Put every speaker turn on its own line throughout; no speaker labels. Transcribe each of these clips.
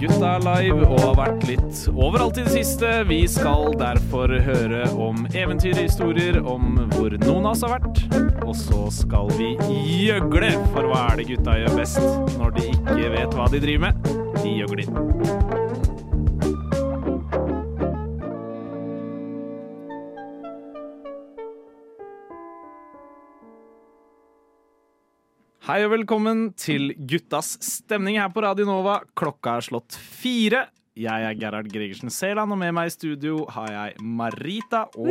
Gutta er live og har vært litt overalt i det siste. Vi skal derfor høre om eventyrhistorier om hvor noen av oss har vært. Og så skal vi gjøgle, for hva er det gutta gjør best når de ikke vet hva de driver med? De gjøgler. Hei og velkommen til Guttas stemning her på Radio Nova. Klokka er slått fire. Jeg er Gerhard Gregersen Seland, og med meg i studio har jeg Marita og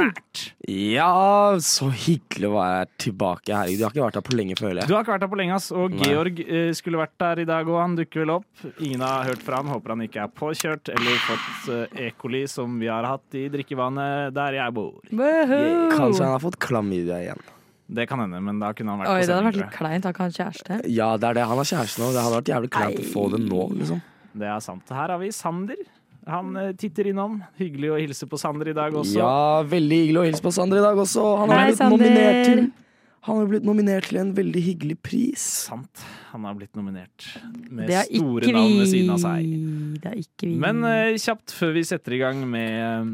Mert.
Ja, så hyggelig å være tilbake. Herregud, du har ikke vært her på lenge, føler
Du
jeg.
har ikke vært her på lenge, ass. Og
Nei.
Georg eh, skulle vært der i dag òg. Han dukker vel opp. Ingen har hørt fra han. Håper han ikke er påkjørt eller fått eh, E. coli, som vi har hatt i drikkevannet der jeg bor.
Kanskje han har fått klamydia igjen.
Det kan hende, men da kunne han vært
Oi,
på
det hadde vært
sending,
litt kleint. Har ikke han kjæreste?
Ja, det er det. Han har kjæreste nå. Det hadde vært jævlig kleint å få det nå, liksom.
tror jeg. Det er sant. Her har vi Sander. Han eh, titter innom. Hyggelig å hilse på Sander i dag også.
Ja, veldig hyggelig å hilse på Sander i dag også. Han har
Hei,
blitt nominert til
Sander.
Han har blitt nominert til en veldig hyggelig pris.
Sant. Han har blitt nominert med
Det er
store
ikke
navn ved
vi.
siden av seg.
Det er ikke vi.
Men eh, kjapt før vi setter i gang med eh,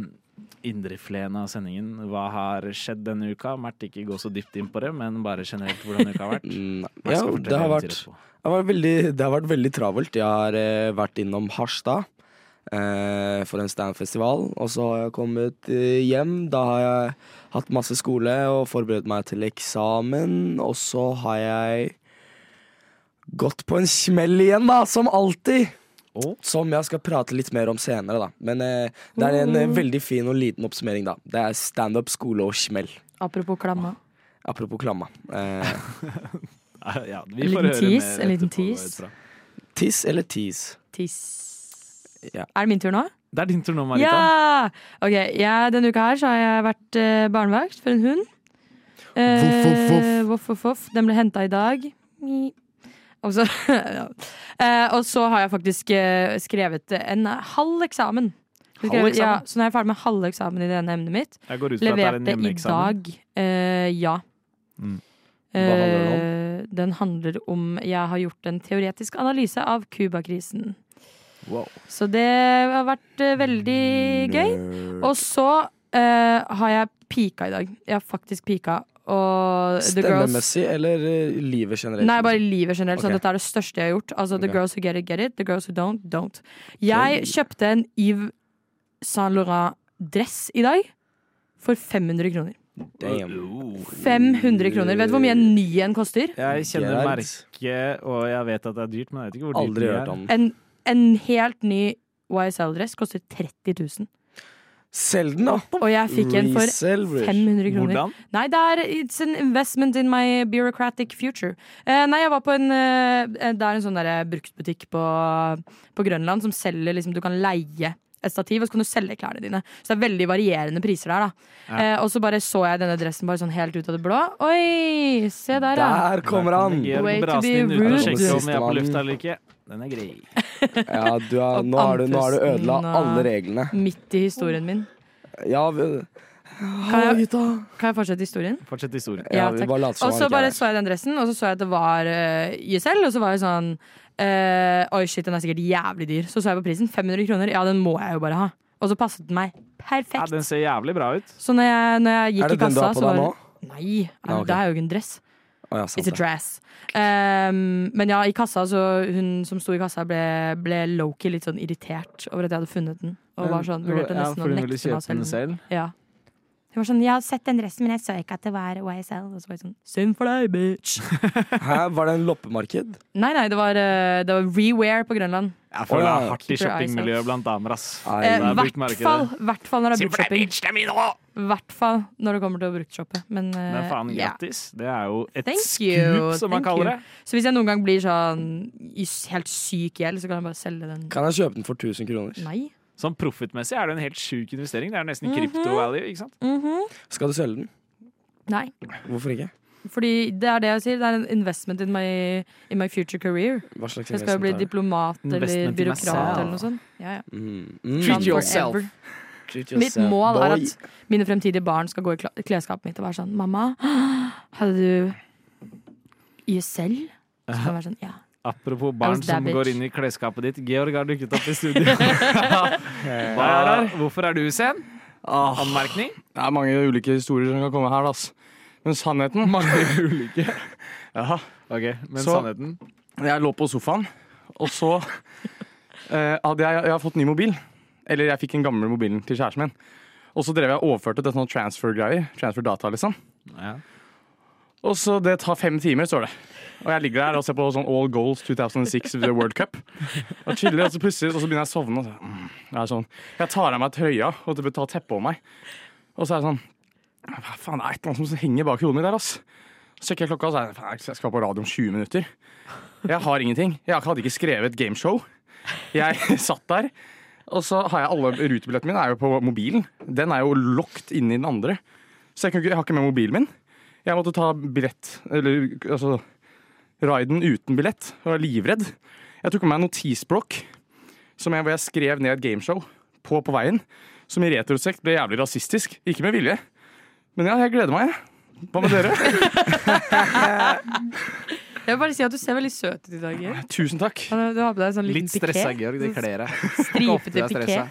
indrefileten av sendingen, hva har skjedd denne uka? Mert, ikke gå så dypt inn på det, men bare generelt hvordan uka har vært.
Mm,
Mert
Ja,
skal fortelle
det har
eventyret
vært
etterpå.
Det har vært veldig, det har vært veldig travelt. Jeg har eh, vært innom Harstad eh, for en standfestival. Og så har jeg kommet eh, hjem. Da har jeg hatt masse skole og forberedt meg til eksamen. Og så har jeg gått på en smell igjen, da, som alltid.
Å?
Som jeg skal prate litt mer om senere, da. Men eh, det er en eh, veldig fin og liten oppsummering, da. Det er standup, skole og smell.
Apropos klamma.
Apropos klamma. Eh,
Ah, Ja, vi
En
får
liten
høre
tease,
mer
en liten
etterpå, går jeg ut
tease.
fra.
tiss eller tis?
Tiss.
Ja.
Er det min tur nå?
Det er din tur nå, Marita.
Ja! Ok, jeg, Denne uka her så har jeg vært eh, barnevakt for en hund. Eh,
Voff, voff, voff.
voff, voff, voff. Den ble henta i dag. Mi. Og så, ja. eh, og så har jeg faktisk eh, skrevet en halv eksamen. Så
Halv eksamen?
Ja, så nå er jeg ferdig med halv eksamen i det ene emnet mitt.
Jeg går ut fra at det er en
Leverte i
hjemmeeksamen.
dag. eh, ja.
Mm.
handler den om?
Eh, den handler om Jeg har gjort en teoretisk analyse av Cuba-krisen.
Wow.
Så det har vært eh, veldig
Mm,
gøy. Og så eh, har jeg pika i dag. Jeg har faktisk pika. Og The Girls
Stemmemessig eller eh, livet generelt?
Nei, bare i livet generelt.
Ok.
Så dette er det største jeg har gjort. Altså The
Ok.
Girls Who Get It, Get It. The Girls Who Don't, Don't. Jeg kjøpte en Yves Saint Laurent-dress i dag for 500 kroner.
Damn.
Oh.
500 kroner. Vet du hvor mye en ny en koster?
Jeg kjenner
Gerhard.
merket, og jeg vet at det er dyrt, men jeg vet ikke hvor dyrt
Aldri
det er.
hørt om.
En, en helt ny YSL-dress koster 30 000.
Selg den, da!
Og jeg fikk en for
Resell, bror.
500 kroner.
Hvordan?
Nei, det er It's an investment in my bureaucratic future. Eh, nei, jeg var på en eh, Det er en sånn der bruktbutikk på, på Grønland som selger liksom Du kan leie et stativ, og så kan du selge klærne dine. Så det er veldig varierende priser der, da. Eh, og så bare så jeg denne dressen bare sånn helt ut av det blå. Oi! Se der, ja.
Der kommer han!
Georg
Way to
brasen
be
inn uten å
rude.
sjekke om jeg er på
Sistemann.
lufta eller ikke. Den er grei.
Ja, du er, nå har du, nå har du ødela alle reglene.
Midt i historien min.
Ja, vi,
Kan
Hallo,
jeg,
gutta.
kan jeg fortsette historien?
Fortsett historien.
Ja,
Ja,
vi
takk.
bare later som
Og
han
så
ikke er
bare
her.
så jeg den dressen, og så så jeg at det var uh, YSL, og så var jeg sånn eh, Oi, shit, den er sikkert jævlig dyr. Så så jeg på prisen. 500 kroner. Ja, den må jeg jo bare ha. Og så passet den meg
Ja,
perfekt.
den ser jævlig bra ut.
Så når jeg, når jeg gikk
Er det
i
den du
kassa,
har på
så
deg
var
nå?
Nei, ja,
Ja, ok.
det er jo ikke en dress.
Å, ja, sant
It's a
det.
dress. Ehm, men ja, i kassa, så hun som sto i kassa, ble, ble Loki litt sånn irritert over at jeg hadde funnet den. Og var sånn, vurderte nesten å nekte meg å selge den. Ja. Hun var sånn, jeg har sett den dressen, men jeg så ikke at det var YSL. Og så var jeg sånn, synd for deg, bitch.
Hæ, var det en loppemarked?
Nei, nei, det var, eh, det var rewear på Grønland.
Jeg føler det
Å,
er
ja.
hardt i
Keep your eyes
shoppingmiljøet
out.
blant damer, ass.
Nei.
Eh,
Det er
hvert
bruktmarkedet.
fall, hvert fall når det er
Simpel
bruktshopping.
bitch, det er min også!
Hvert fall når det kommer til å bruktshoppe. Men, eh,
Men faen,
ja.
grattis. Det er jo et
Thank you,
skup, som man
thank
kaller det.
you. Så hvis jeg noen gang blir sånn i s- helt syk gjeld, så kan jeg bare selge den.
Kan jeg kjøpe den for 1000 kroner?
Nei.
Sånn profittmessig er det en helt sjuk investering. Det er nesten
Mhm.
krypto-value, ikke
Mm.
sant?
Skal du selge den?
Nei.
Hvorfor ikke?
Fordi det er det jeg sier. Det er en investment in my, in my future career.
Hva slags
Jeg skal jo
investment
bli
er det?
diplomat eller
Investment in myself.
byråkrat eller noe sånt. Ja, ja.
Mm. Mm.
Treat
Plan
yourself.
forever.
Treat
Mitt
yourself,
mål er
boy.
at mine fremtidige barn skal gå i kla- klesskapet mitt og være sånn Mamma, hadde du YSL? Så skal jeg være sånn, ja.
Apropos barn
was that
som
bitch.
går inn i klesskapet ditt. Georg har dukket opp i studio. Hva er der? Hvorfor er du sen?
Ah,
Anmerkning?
det er mange ulike historier som kan komme her, ass. Men sannheten
Mange ulike.
ja.
Ok, men
Så-
sannheten?
Jeg lå på sofaen, og så eh, hadde jeg, jeg har fått ny mobil. Eller jeg fikk den gamle mobilen til kjæresten min. Og så drev jeg og overførte til sånne transfer-greier. Transfer data, liksom.
Ja.
Og så det tar fem timer, står det. Og jeg ligger der og ser på sånn All Goals 2006 The World Cup. Og chiller, og så plutselig og så begynner jeg å sovne. Og så, mm, det er sånn. Jeg tar av meg trøya og typ tar teppet over meg. Og så er det sånn Hva faen, det er et eller annet som henger bak hodet mitt der, ass. Så sjekker jeg klokka, og så er det faen, jeg skal på radio om 20 minutter. Jeg har ingenting. Jeg hadde ikke skrevet gameshow. Jeg satt der. Og så har jeg alle rutebillettene mine er jo på mobilen. Den er jo locked inni den andre. Så jeg, kan ikke, jeg har ikke med mobilen min. Jeg måtte ta billett, eller altså Riden uten billett. Jeg var livredd. Jeg tok med meg en notisblokk som jeg, hvor jeg skrev ned et gameshow på på veien. Som i retrosekt ble jævlig rasistisk. Ikke med vilje. Men ja, jeg gleder meg. jeg. Hva med dere?
Jeg vil bare si at du ser veldig søt ut i dag. Geir.
Tusen takk.
Han- Du har på deg sånn liten
Litt stressa,
piké.
Georg. Det kler deg. Ofte er
Stripete
jeg
piké.
stressa.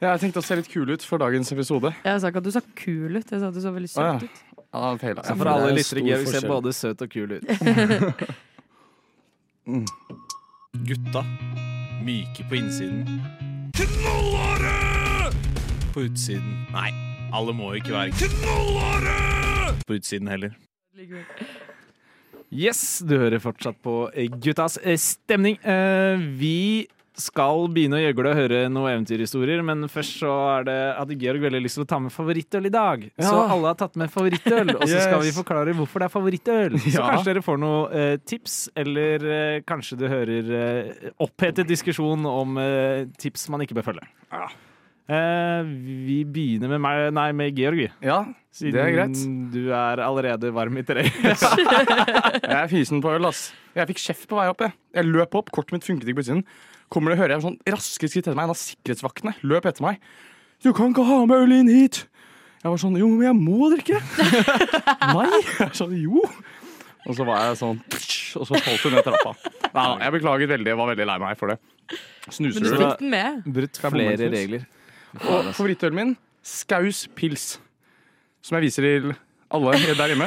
Jeg tenkte å se litt kul ut for dagens episode.
Jeg sa ikke at du så kul ut, jeg sa at du så veldig
Å, ja.
søt ut.
Ja, feil,
Så
altså.
for
det er
alle
jo
lyttere,
stor
Georg ser
forskjell.
både søt og kul ut.
Mm.
Gutta. Myke på innsiden. Knallharde! På utsiden. Nei, alle må jo ikke være knallharde! På utsiden heller. Yes, du hører fortsatt på eh, guttas eh, stemning. Eh, Vi skal begynne å gjøgle og høre noen eventyrhistorier, men først så er det, hadde Georg veldig lyst til å ta med favorittøl i dag.
Ja.
Så alle har tatt med favorittøl, og så skal
Yes.
vi forklare hvorfor det er favorittøl. Så
Ja.
kanskje dere får noen eh, tips, eller eh, kanskje du hører eh, opphetet diskusjon om eh, tips man ikke bør følge.
Ja.
Eh, vi begynner med, meg, nei, med Georg, vi.
Ja,
siden
det er greit.
du er allerede varm i terrenget.
Jeg er fysen på øl, ass. Jeg fikk kjeft på vei opp. Jeg, jeg løp opp, kortet mitt funket ikke på utsiden. Kommer det, hører jeg sånn raske skritt etter meg. En av sikkerhetsvaktene løp etter meg. Du kan ikke ha med øl inn hit! Jeg var sånn Jo, men jeg må drikke! Nei! Jeg sånn Jo! Og så var jeg sånn Og så falt hun ned trappa. Nei, nei, jeg beklaget veldig. Jeg var veldig lei meg for det.
Men du
Snuser du?
fikk den med.
Brutt
jeg bomme
flere
en snus?
regler.
Og favorittølen min Skaus pils. Som jeg viser til alle der hjemme.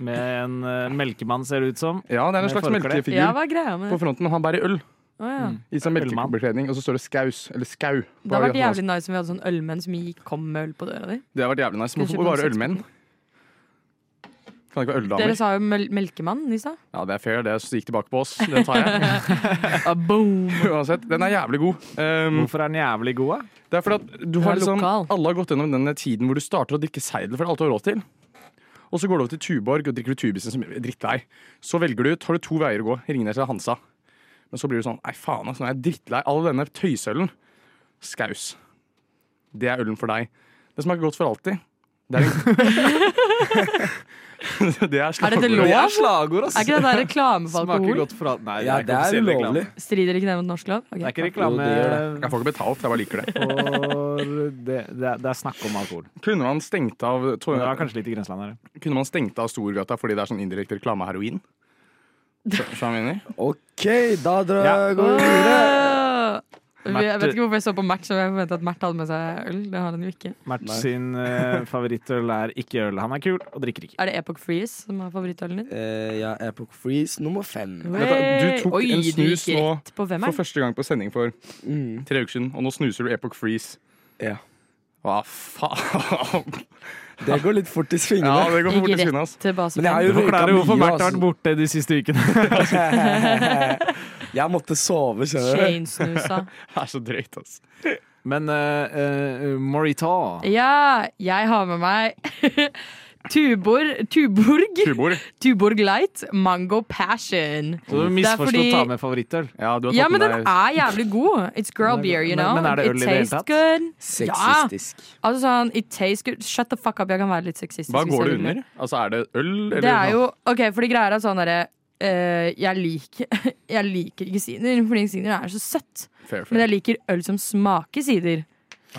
Med en eh, melkemann, ser det ut som.
Ja, det er
Med
en slags
forkle.
Ja,
melkefigur
hva er greia
på
med det?
fronten, men han bærer øl.
Å, ja.
Mm.
I sånn
Ølmann.
melkebekledning, og så står det skaus, eller skau. på
Det hadde vært
Agatha
jævlig nice om vi hadde sånn ølmenn som gikk, kom med øl på døra di.
Hansen. Det har vært jævlig nice.
Kanskje
Hvorfor bare
på
ølmenn? Kan det ikke være
Dere
øldamer?
sa jo mel melkemann i stad.
Ja, det er fair, det gikk tilbake på oss. Det tar jeg. Uansett, den er jævlig god. Um,
Hvorfor er den jævlig god, da?
det er fordi at du
Den
har
er
liksom
lokal.
Alle har gått gjennom den tiden hvor du starter å drikke seidel for alt du har råd til. Og så går du over til Tuborg og drikker du Tubisen som er drittlei. Så velger du, tar du to veier å gå. Ringnes eller Hansa. Men så blir du sånn Nei, faen, altså, nå er jeg drittlei all denne tøysølen. Skaus. Det er ølen for deg. Det smaker godt for alltid. Det er en Det er
Er dette lov?
slagordet.
Det er
slagord,
Er ikke det der reklame for
Smaker
alkohol?
godt for alt. Nei,
Ja, det er
ikke offisiell reklame.
ulovlig.
Strider ikke det mot norsk lov? Ok.
Det er ikke
Jo,
reklame
det gjør
Jeg får ikke betalt, jeg bare liker det.
for det, det, er, det er snakk om alkohol.
Kunne man stengt av,
Men det var kanskje litt i grenseland her.
kunne man stengt av Storgata fordi det er sånn indirekte reklame av heroin? Skjønner du hva jeg mener?
Ok, da drar
Ja.
går vi videre.
Åh! Vi- Jeg vet ikke hvorfor jeg så på Mert, så jeg forventa at Mert hadde med seg øl. Det har han jo ikke.
Mert
Nei.
sin eh, favorittøl er ikke øl. Han er kul og drikker ikke.
Er det Epoch Freeze som er favorittølen din?
Eh, ja, Epoch Freeze nummer fem.
Dette- du tok
Oi,
en
du
snus
gikk
nå
rett på
For
femmeren.
første gang på sending for
Mm.
tre uker siden, og nå snuser du Epoch Freeze.
Ja.
Hva faen?
Det går litt fort i
Ja,
svingene.
det går fort i
Gikk
svinnet,
rett
ass.
til base
Men jeg har
Du
jo
fem.
forklarer
røyka
hvorfor
mye,
Mert har
altså.
vært borte de siste ukene.
jeg måtte sove, skjønner du.
Chainsnusa.
Det er så drøyt, ass.
Men uh, Morita
Ja, jeg har med meg Tubor, Tuborg.
Tubor.
Tuborg Light Mango Passion.
Så du
Det er
misforsto
fordi-
å ta med favorittøl.
Ja, du har tatt
Ja, men
med
den
deg
er jævlig god. It's girl beer, you
Men-
know.
men er det øl i det hele
tastes
tatt?
good.
Sexistisk.
Altså sånn, it tastes good. Shut the fuck up, jeg kan være litt sexistisk.
Hva
hvis
går
jeg
det
vil.
under? Altså, er det øl, eller?
Det er jo, ok, fordi greier er sånn derre eh, jeg, liker, jeg liker ikke sider, fordi sider er så søtt.
Fair,
Men
fair.
jeg liker øl som smaker sider.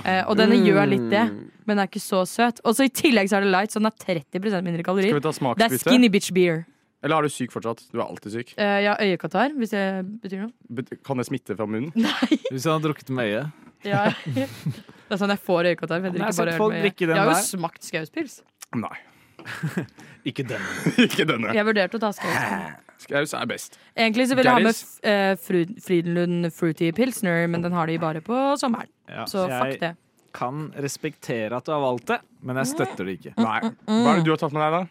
Eh, og denne gjør litt det, men er ikke så søt. Og så i tillegg så er det light, så den er 30 mindre
Skal
kalorier.
vi ta
Det er
smaksbytte?
skinny bitch beer.
Eller er du syk fortsatt? Du er alltid syk.
Eh, jeg har øyekatarr, hvis det betyr noe.
Bet- Kan det smitte fra munnen?
Nei!
Hvis han har drukket med øyet.
Ja. Det er sånn jeg får øyekatarr. for Jeg,
Men jeg har
drikker
sett
bare øl
folk
med-
drikke den
jeg har jo
der.
smakt skauspils.
Nei.
Ikke den.
Ikke denne.
Jeg vurderte å ta skauspils.
Skaus er best.
Egentlig så ville jeg ha med
Garris?
eh, Fru- Frydenlund Fruity Pilsner, men den har de bare på sommeren.
Ja,
Så
jeg
fuck det.
kan respektere at du har valgt det, men jeg støtter det ikke.
Nei.
Mm.
Hva er det du har tatt med deg, da?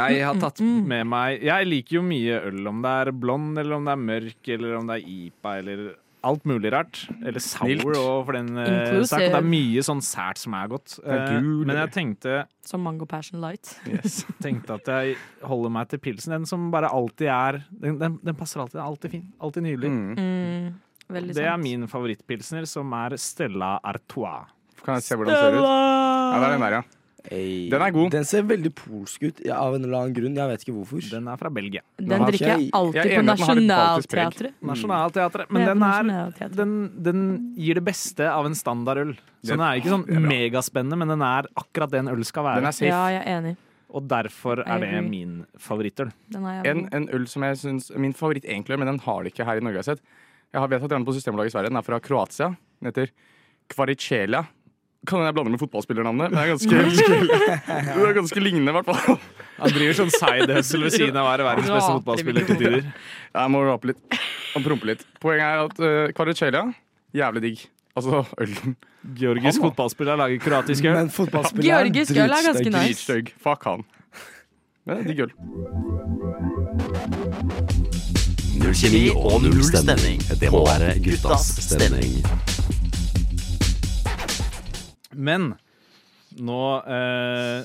Jeg har tatt med meg Jeg liker jo mye øl, om det er blond, eller om det er mørk, eller om det er IPA, eller alt mulig rart. Eller sour,
Snilt.
og for den eh,
Inclusive.
sak. Det er mye sånn sært som er godt.
er
Eh,
gul.
Men jeg tenkte,
Som Mango Passion Light.
tenkte at jeg holder meg til pilsen. Den som bare alltid er Den, den, den passer alltid. den er Alltid fin. Alltid nydelig.
Mm, veldig
Det er
sant.
min favorittpilsner, som er Stella Artois.
Kan jeg se hvordan den ser ut? Ja, det er den der, ja.
Ei.
Den er god.
Den ser veldig polsk ut ja, av en eller annen grunn. Jeg vet ikke hvorfor.
Den er fra Belgia.
Den
Den har
drikker
ikke
jeg
jeg-
alltid på
Jeg er enig i at den har et baltisk preg.
Nationaltheatret.
Nasjonalteatret.
Ja,
Men den,
på
er,
Nationaltheatret.
den, den gir det beste av en standardøl. Så
Den-
den er ikke
er
sånn
bra.
megaspennende, men den er akkurat det en øl skal
Den
være.
er
Ja,
safe.
jeg er enig.
Og derfor
I
er det
agree.
min favorittøl.
Den er jævlig
En,
god.
en øl som jeg syns Min favoritt egentlig, men den har det ikke her i Norge. Jeg har sett Jeg har vet at den er på systembolaget i Sverige. Den er fra Kroatia. Den heter Kvaricelia. Kan jeg blande med fotballspillernavnet? Men det er ganske, ganske, det er ganske lignende, i hvert fall.
Han driver sånn side hustle ved siden av å være verdens beste fotballspiller til tider.
Jeg må rape litt og prompe litt. Poenget er at uh, Kvaricelia jævlig digg. Altså ølen.
Georgisk
Han, da.
fotballspiller lager kroatisk øl.
Men fotballspilleren
Georgisk øl er ganske
dritstygg.
nice.
Dritstygg. Fuck han. Men det er digg øl.
Null kjemi og null stemning. Det må være guttas stemning.
Men nå eh,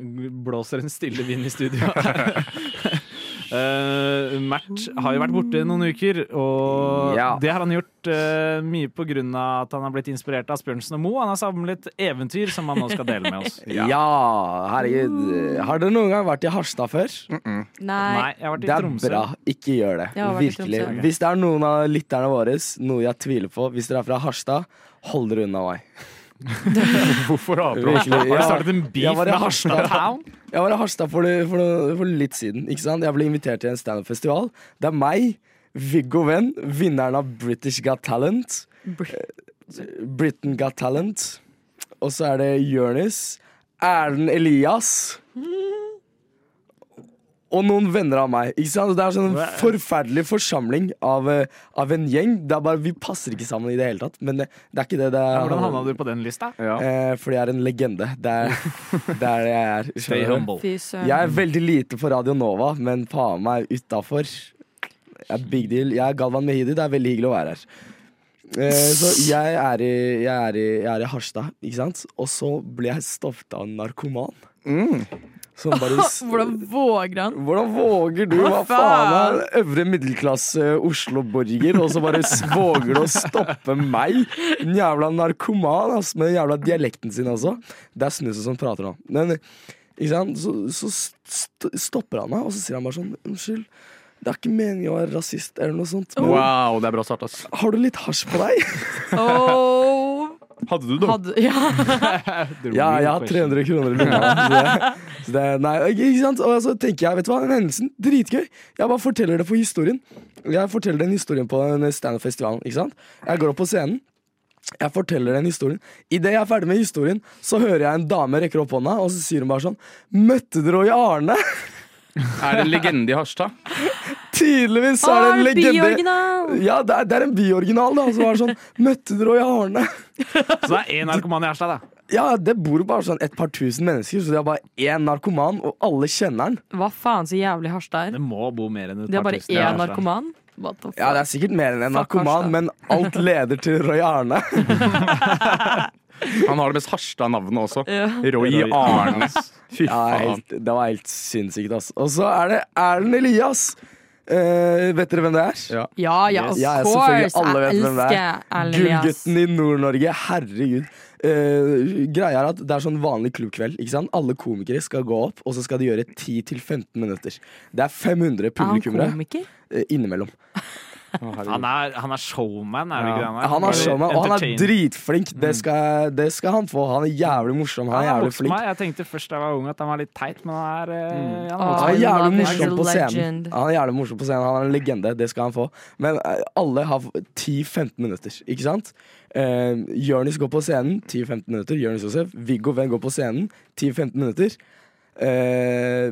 blåser en stille vind i studio. Eh, Mert har jo vært borte noen uker, og
Ja.
det har han gjort eh, mye på grunn av at han har blitt inspirert av Asbjørnsen og Moe. Han har samlet eventyr som han nå skal dele med oss.
Ja. herregud. Har dere noen gang vært i Harstad før?
Nei,
Nei.
jeg har vært i
Det er
Tromsø.
bra. Ikke gjør det.
Jeg har vært i
Virkelig.
Tromsø.
Hvis det er noen av lytterne våre, noe jeg tviler på, hvis dere er fra Harstad, hold dere unna meg.
Hvorfor aper han?
Virkelig.
Har du
Jeg,
startet en
Jeg
beef
var i
med Harstad Town?
jeg var i Harstad for, for, for litt siden. Ikke sant? Jeg ble invitert til en standup-festival. Det er meg, Viggo Venn, vinneren av British Got Talent.
Br-
Britain Got Talent. Og så er det Jonis. Erlend Elias. Og noen venner av meg. Ikke sant? Det er sånn en forferdelig forsamling av, eh, av en gjeng. Det er bare, Vi passer ikke sammen i det hele tatt. Men det, det er ikke det det er.
Hvordan havna du på den lista?
Ja.
Eh, fordi jeg er en legende. Det er det, er det jeg er.
Stay humble.
Fy søren.
Jeg er veldig lite på Radio Nova, men faen meg utafor. Jeg er big deal. Jeg er Galvan Mehidi. Det er veldig hyggelig å være her. Eh, Så jeg er, i, jeg, er i, jeg er i Harstad, ikke sant? Og så ble jeg stoppet av en narkoman. Som bare s-
Hvordan våger han?
Hvordan våger du? Hva faen? Er øvre middelklasse Oslo-borger, og så bare s- våger du å stoppe meg? En jævla narkoman ass, med den jævla dialekten sin også. Det er snuset som prater nå. Men ikke sant? Så, så st stopper han meg, og så sier han bare sånn Unnskyld, det er ikke meningen å være rasist eller noe sånt. Men
Wow, det er bra start, ass.
har du litt hasj på deg?
Oh,
Hadde du det?
hadde, ja.
Ja, jeg har 300 kroner i lomma. Så det, så det, nei, ikke sant? Og så tenker jeg, vet du hva, den hendelsen, dritgøy. Jeg bare forteller det for historien. Jeg forteller den historien på en standup-festival. ikke sant? Jeg går opp på scenen. Jeg forteller den historien. Idet jeg er ferdig med historien, så hører jeg en dame rekker opp hånda, og så sier hun bare sånn Møtte dere Roy Arne?
Er det en legende i Harstad?
Tydeligvis
Å,
er det en
er det
legende.
bioriginal?
Ja, det er, det er en bioriginal, da. Som var sånn Møtte dere Roy Arne?
Så det er én narkoman i Harstad, da.
Ja, det bor bare sånn et par tusen mennesker, så de har bare én narkoman, og alle kjenner han.
Hva faen så jævlig Harstad er?
Det må bo mer enn et
De har
par
bare
tusen i
én
Harstad.
narkoman? What the
Ja, det
fuck?
er sikkert mer enn en
Fuck Harstad.
narkoman, men alt leder til Roy Arne.
Han har det mest Harstad-navnet også.
Ja.
Roy
Roy
Arne. Fy
Ja,
faen.
helt, det var helt sinnssykt, ass. Og så er det Erlend Elias. Eh, vet dere hvem det er?
Ja.
Ja ja, of
Yes.
Ja, ja, selvfølgelig.
course!
Alle
Jeg
vet hvem det er.
elsker Erlend Elias.
Gullgutten i Nord-Norge. Herregud. Eh, greia er at Det er sånn vanlig klubbkveld. ikke sant? Alle komikere skal gå opp, og så skal de gjøre 10-15 minutter. Det er 500
Er han
publikummere
komiker?
eh, innimellom.
Å, herregud.
Han er, han er showman, er det
Ja.
ikke det han er?
Han er
Eller
showman, og han er
entertainer.
dritflink. Det skal, det skal han få. Han er jævlig morsom. Han er jævlig
voksen
flink.
meg. Jeg tenkte først da jeg var ung at han var litt teit, men han er, eh, han er
Ah,
Han er jævlig
Love is
morsom
a
på scenen.
legend.
Han er jævlig morsom på scenen Han er en legende. Det skal han få. Men eh, alle har 10-15 minutter, ikke sant? Uh, Jørnis går på scenen 10-15 minutter. Jørnis Josef. Viggo Venn går på scenen 10-15 minutter. Eh,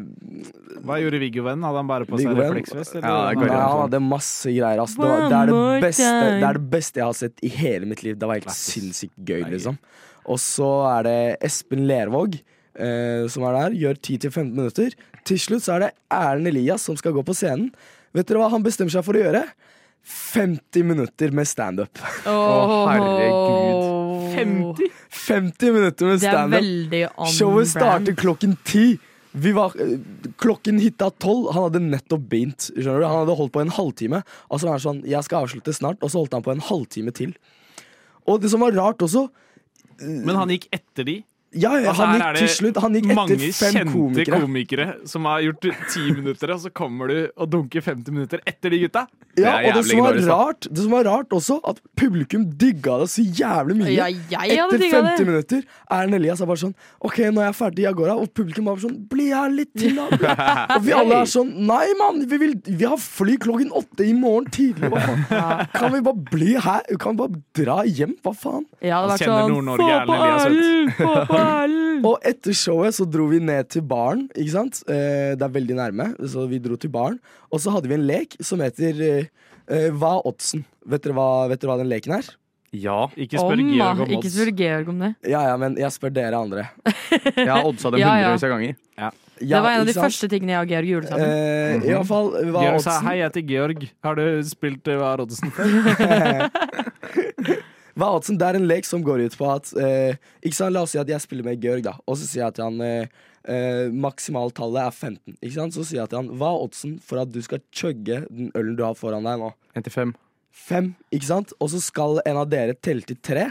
Hva gjorde Viggo Venn? Hadde han bare på seg
Viggo Venn?
refleksvest? eller?
Ja, det
Nei,
går
han
sånn.
hadde masse greier. ass. Det, var,
One
det, er
more
det, beste,
time.
det er det beste jeg har sett i hele mitt liv. Det var helt sinnssykt gøy, liksom. Og så er det Espen Lervåg eh, som er der. Gjør 10-15 minutter. Til slutt så er det Erlend Elias som skal gå på scenen. Vet dere hva han bestemmer seg for å gjøre? 50 minutter med standup.
Å, herregud.
50?
50 minutter med
Det er
standup!
veldig on
Showet
brand.
starter klokken ti. Vi var, eh, klokken hitta tolv. Han hadde nettopp begynt. skjønner du? Han hadde holdt på en halvtime. Og så var han sånn, jeg skal avslutte snart, og så holdt han på en halvtime til. Og det som var rart også
Men han gikk etter de.
ja, ja,
Altså,
Han
her er
gikk til
det
slutt, han gikk
Mange
etter fem
kjente
komikere.
komikere. som har gjort ti minutter, og så kommer du og dunker 50 minutter etter de gutta.
ja,
Det er
og det
jævlig
som, var
gnarlig, da.
rart, det som var rart også, at publikum digga det så jævlig mye.
Ja, jeg hadde
Etter
digga
50
det.
minutter er Elias er bare sånn OK, nå er jeg ferdig, jeg går av. Og publikum bare sånn Bli her litt til, da. bli her». Og vi alle er sånn Nei, mann, vi, vil- vi har fly klokken åtte i morgen tidlig. Hva faen? Kan vi bare bli her? Kan vi bare dra hjem? Hva faen?
Jeg
Han
hadde vært
kjenner
sånn
Nord-Norge,
Få
Erlend
på
Elias, vet du.
ølen! Få på ølen!
Og etter showet så dro vi ned til baren, ikke sant? Eh, det er veldig nærme, så vi dro til baren. Og så hadde vi en lek som heter eh, eh, Hva er oddsen? Vet dere hva, vet dere hva den leken er?
Ja.
Ikke spør
Om, da.
Georg om
Ikke
odds.
spør Georg om det.
Ja ja, men jeg spør dere andre.
Jeg har oddsa det
Ja, ja.
hundrevis av ganger.
Ja,
det var en av de
ikke sant?
første tingene jeg og Georg gjorde sammen.
Eh, I hvert fall, hva er
Georg sa
oddsen?
hei, jeg heter Georg. Har du spilt eh, Hva er oddsen?
Hva er oddsen? Det er en lek som går ut på at eh, ikke sant? La oss si at jeg spiller med Georg, da. Og så sier jeg til han eh, eh, maksimaltallet er 15. Ikke sant? Så sier jeg til han hva er oddsen for at du skal chugge den ølen du har foran deg nå?
En til fem.
Fem, ikke sant? Og så skal en av dere telle til tre.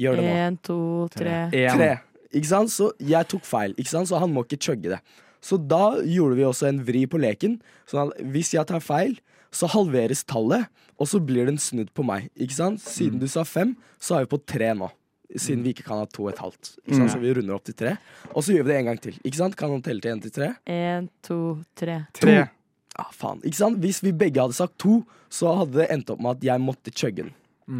Gjør det nå.
Én, to, tre.
Tre. Ikke sant? Så jeg tok feil, ikke sant? så han må ikke chugge det. Så da gjorde vi også en vri på leken. Sånn at hvis jeg tar feil, så halveres tallet, og så blir den snudd på meg. Ikke sant? Siden du sa fem, så er vi på tre nå. Siden vi ikke kan ha to og et halvt. Ikke sant? Så vi runder opp til tre. Og så gjør vi det en gang til. Ikke sant? Kan han telle til én til tre?
Én, to, tre.
Tre.
Ah, faen. Ikke sant? Hvis vi begge hadde sagt to, så hadde det endt opp med at jeg måtte chugge den.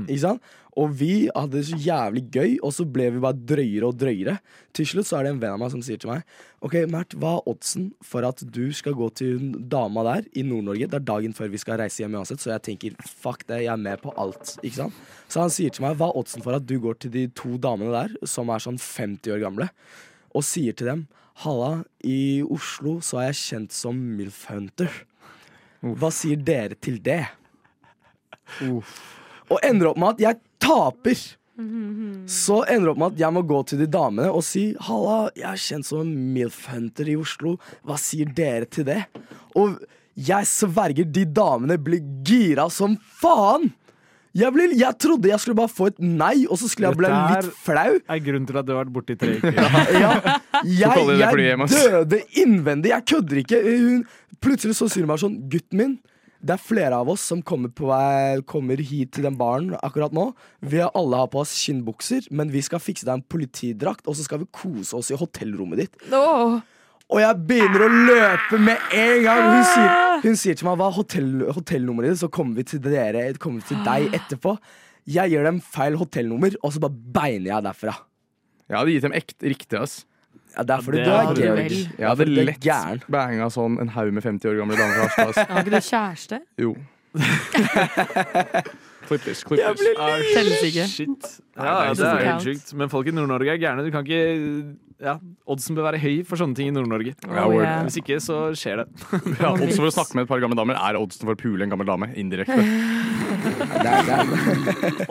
Ikke sant? Og vi hadde det så jævlig gøy, og så ble vi bare drøyere og drøyere. Til slutt så er det en venn av meg som sier til meg Ok, Mert, hva er oddsen for at du skal gå til hun dama der i Nord-Norge? Det er dagen før vi skal reise hjem uansett, så jeg tenker fuck det, jeg er med på alt. Ikke sant? Så han sier til meg hva er oddsen for at du går til de to damene der, som er sånn 50 år gamle, og sier til dem Halla, i Oslo så er jeg kjent som Milf Hunter. Hva sier dere til det? Og ender opp med at jeg taper. Så ender det opp med at jeg må gå til de damene og si Halla, jeg er kjent som en Milf Hunter i Oslo. Hva sier dere til det? Og jeg sverger, de damene blir gira som faen! Jeg, blir, jeg trodde jeg skulle bare få et nei, og så skulle jeg bli
Dette er-
litt flau.
Er grunnen til at du har vært borte i tre uker.
Ja, jeg,
kaller det flyet
jeg
hjem, ass.
døde innvendig. Jeg kødder ikke. Hun, plutselig så sier hun bare sånn Gutten min, det er flere av oss som kommer, på vei, kommer hit til den baren akkurat nå. Vi har alle har på oss skinnbukser, men vi skal fikse deg en politidrakt, og så skal vi kose oss i hotellrommet ditt.
Åh,
Og jeg begynner å løpe med en gang. Hun sier, hun sier til meg hva er hotell, hotellnummeret ditt, så kommer vi til dere Kommer vi til deg etterpå. Jeg gir dem feil hotellnummer, og så bare beiner jeg derfra.
Jeg hadde gitt dem ekte riktig, ass.
Ja, det er fordi
Det
du
hadde
er
du
Georg.
vel.
Jeg hadde
fordi du er
lett
gæren.
banga sånn en haug med 50 år gamle damer fra Harstad. ass.
har ikke du kjæreste?
Jo. Klippers, klippers.
Telles ikke.
Shit. Ja, ja, det er jo helt sjukt. Men folk i Nord-Norge er gærne. Du kan ikke ja, Oddsen bør være høy for sånne ting i Nord-Norge.
Ja, word.
yeah.
Hvis ikke, så skjer det.
Ja, oddsen for å snakke med et par gamle damer er oddsen for å pule en gammel dame. Indirekte.
Det er, det er.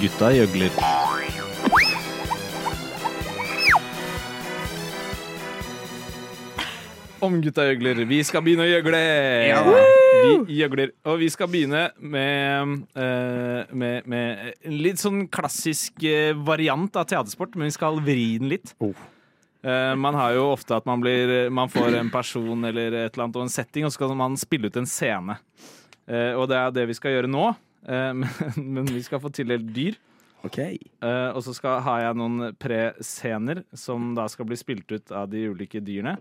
Gutta gjøgler. om gutta gjøgler. Vi skal begynne å gjøgle! Vi gjøgler. Og vi skal begynne med, eh, med, med en litt sånn klassisk eh, variant av teatersport, men vi skal vri den litt.
Oh.
Eh, man har jo ofte at man, blir, man får en person eller et eller annet og en setting, og så skal man spille ut en scene. Eh, og det er det vi skal gjøre nå. Eh, men, men vi skal få tildelt dyr.
Ok.
Eh, og så skal, har jeg noen pre-scener som da skal bli spilt ut av de ulike dyrene.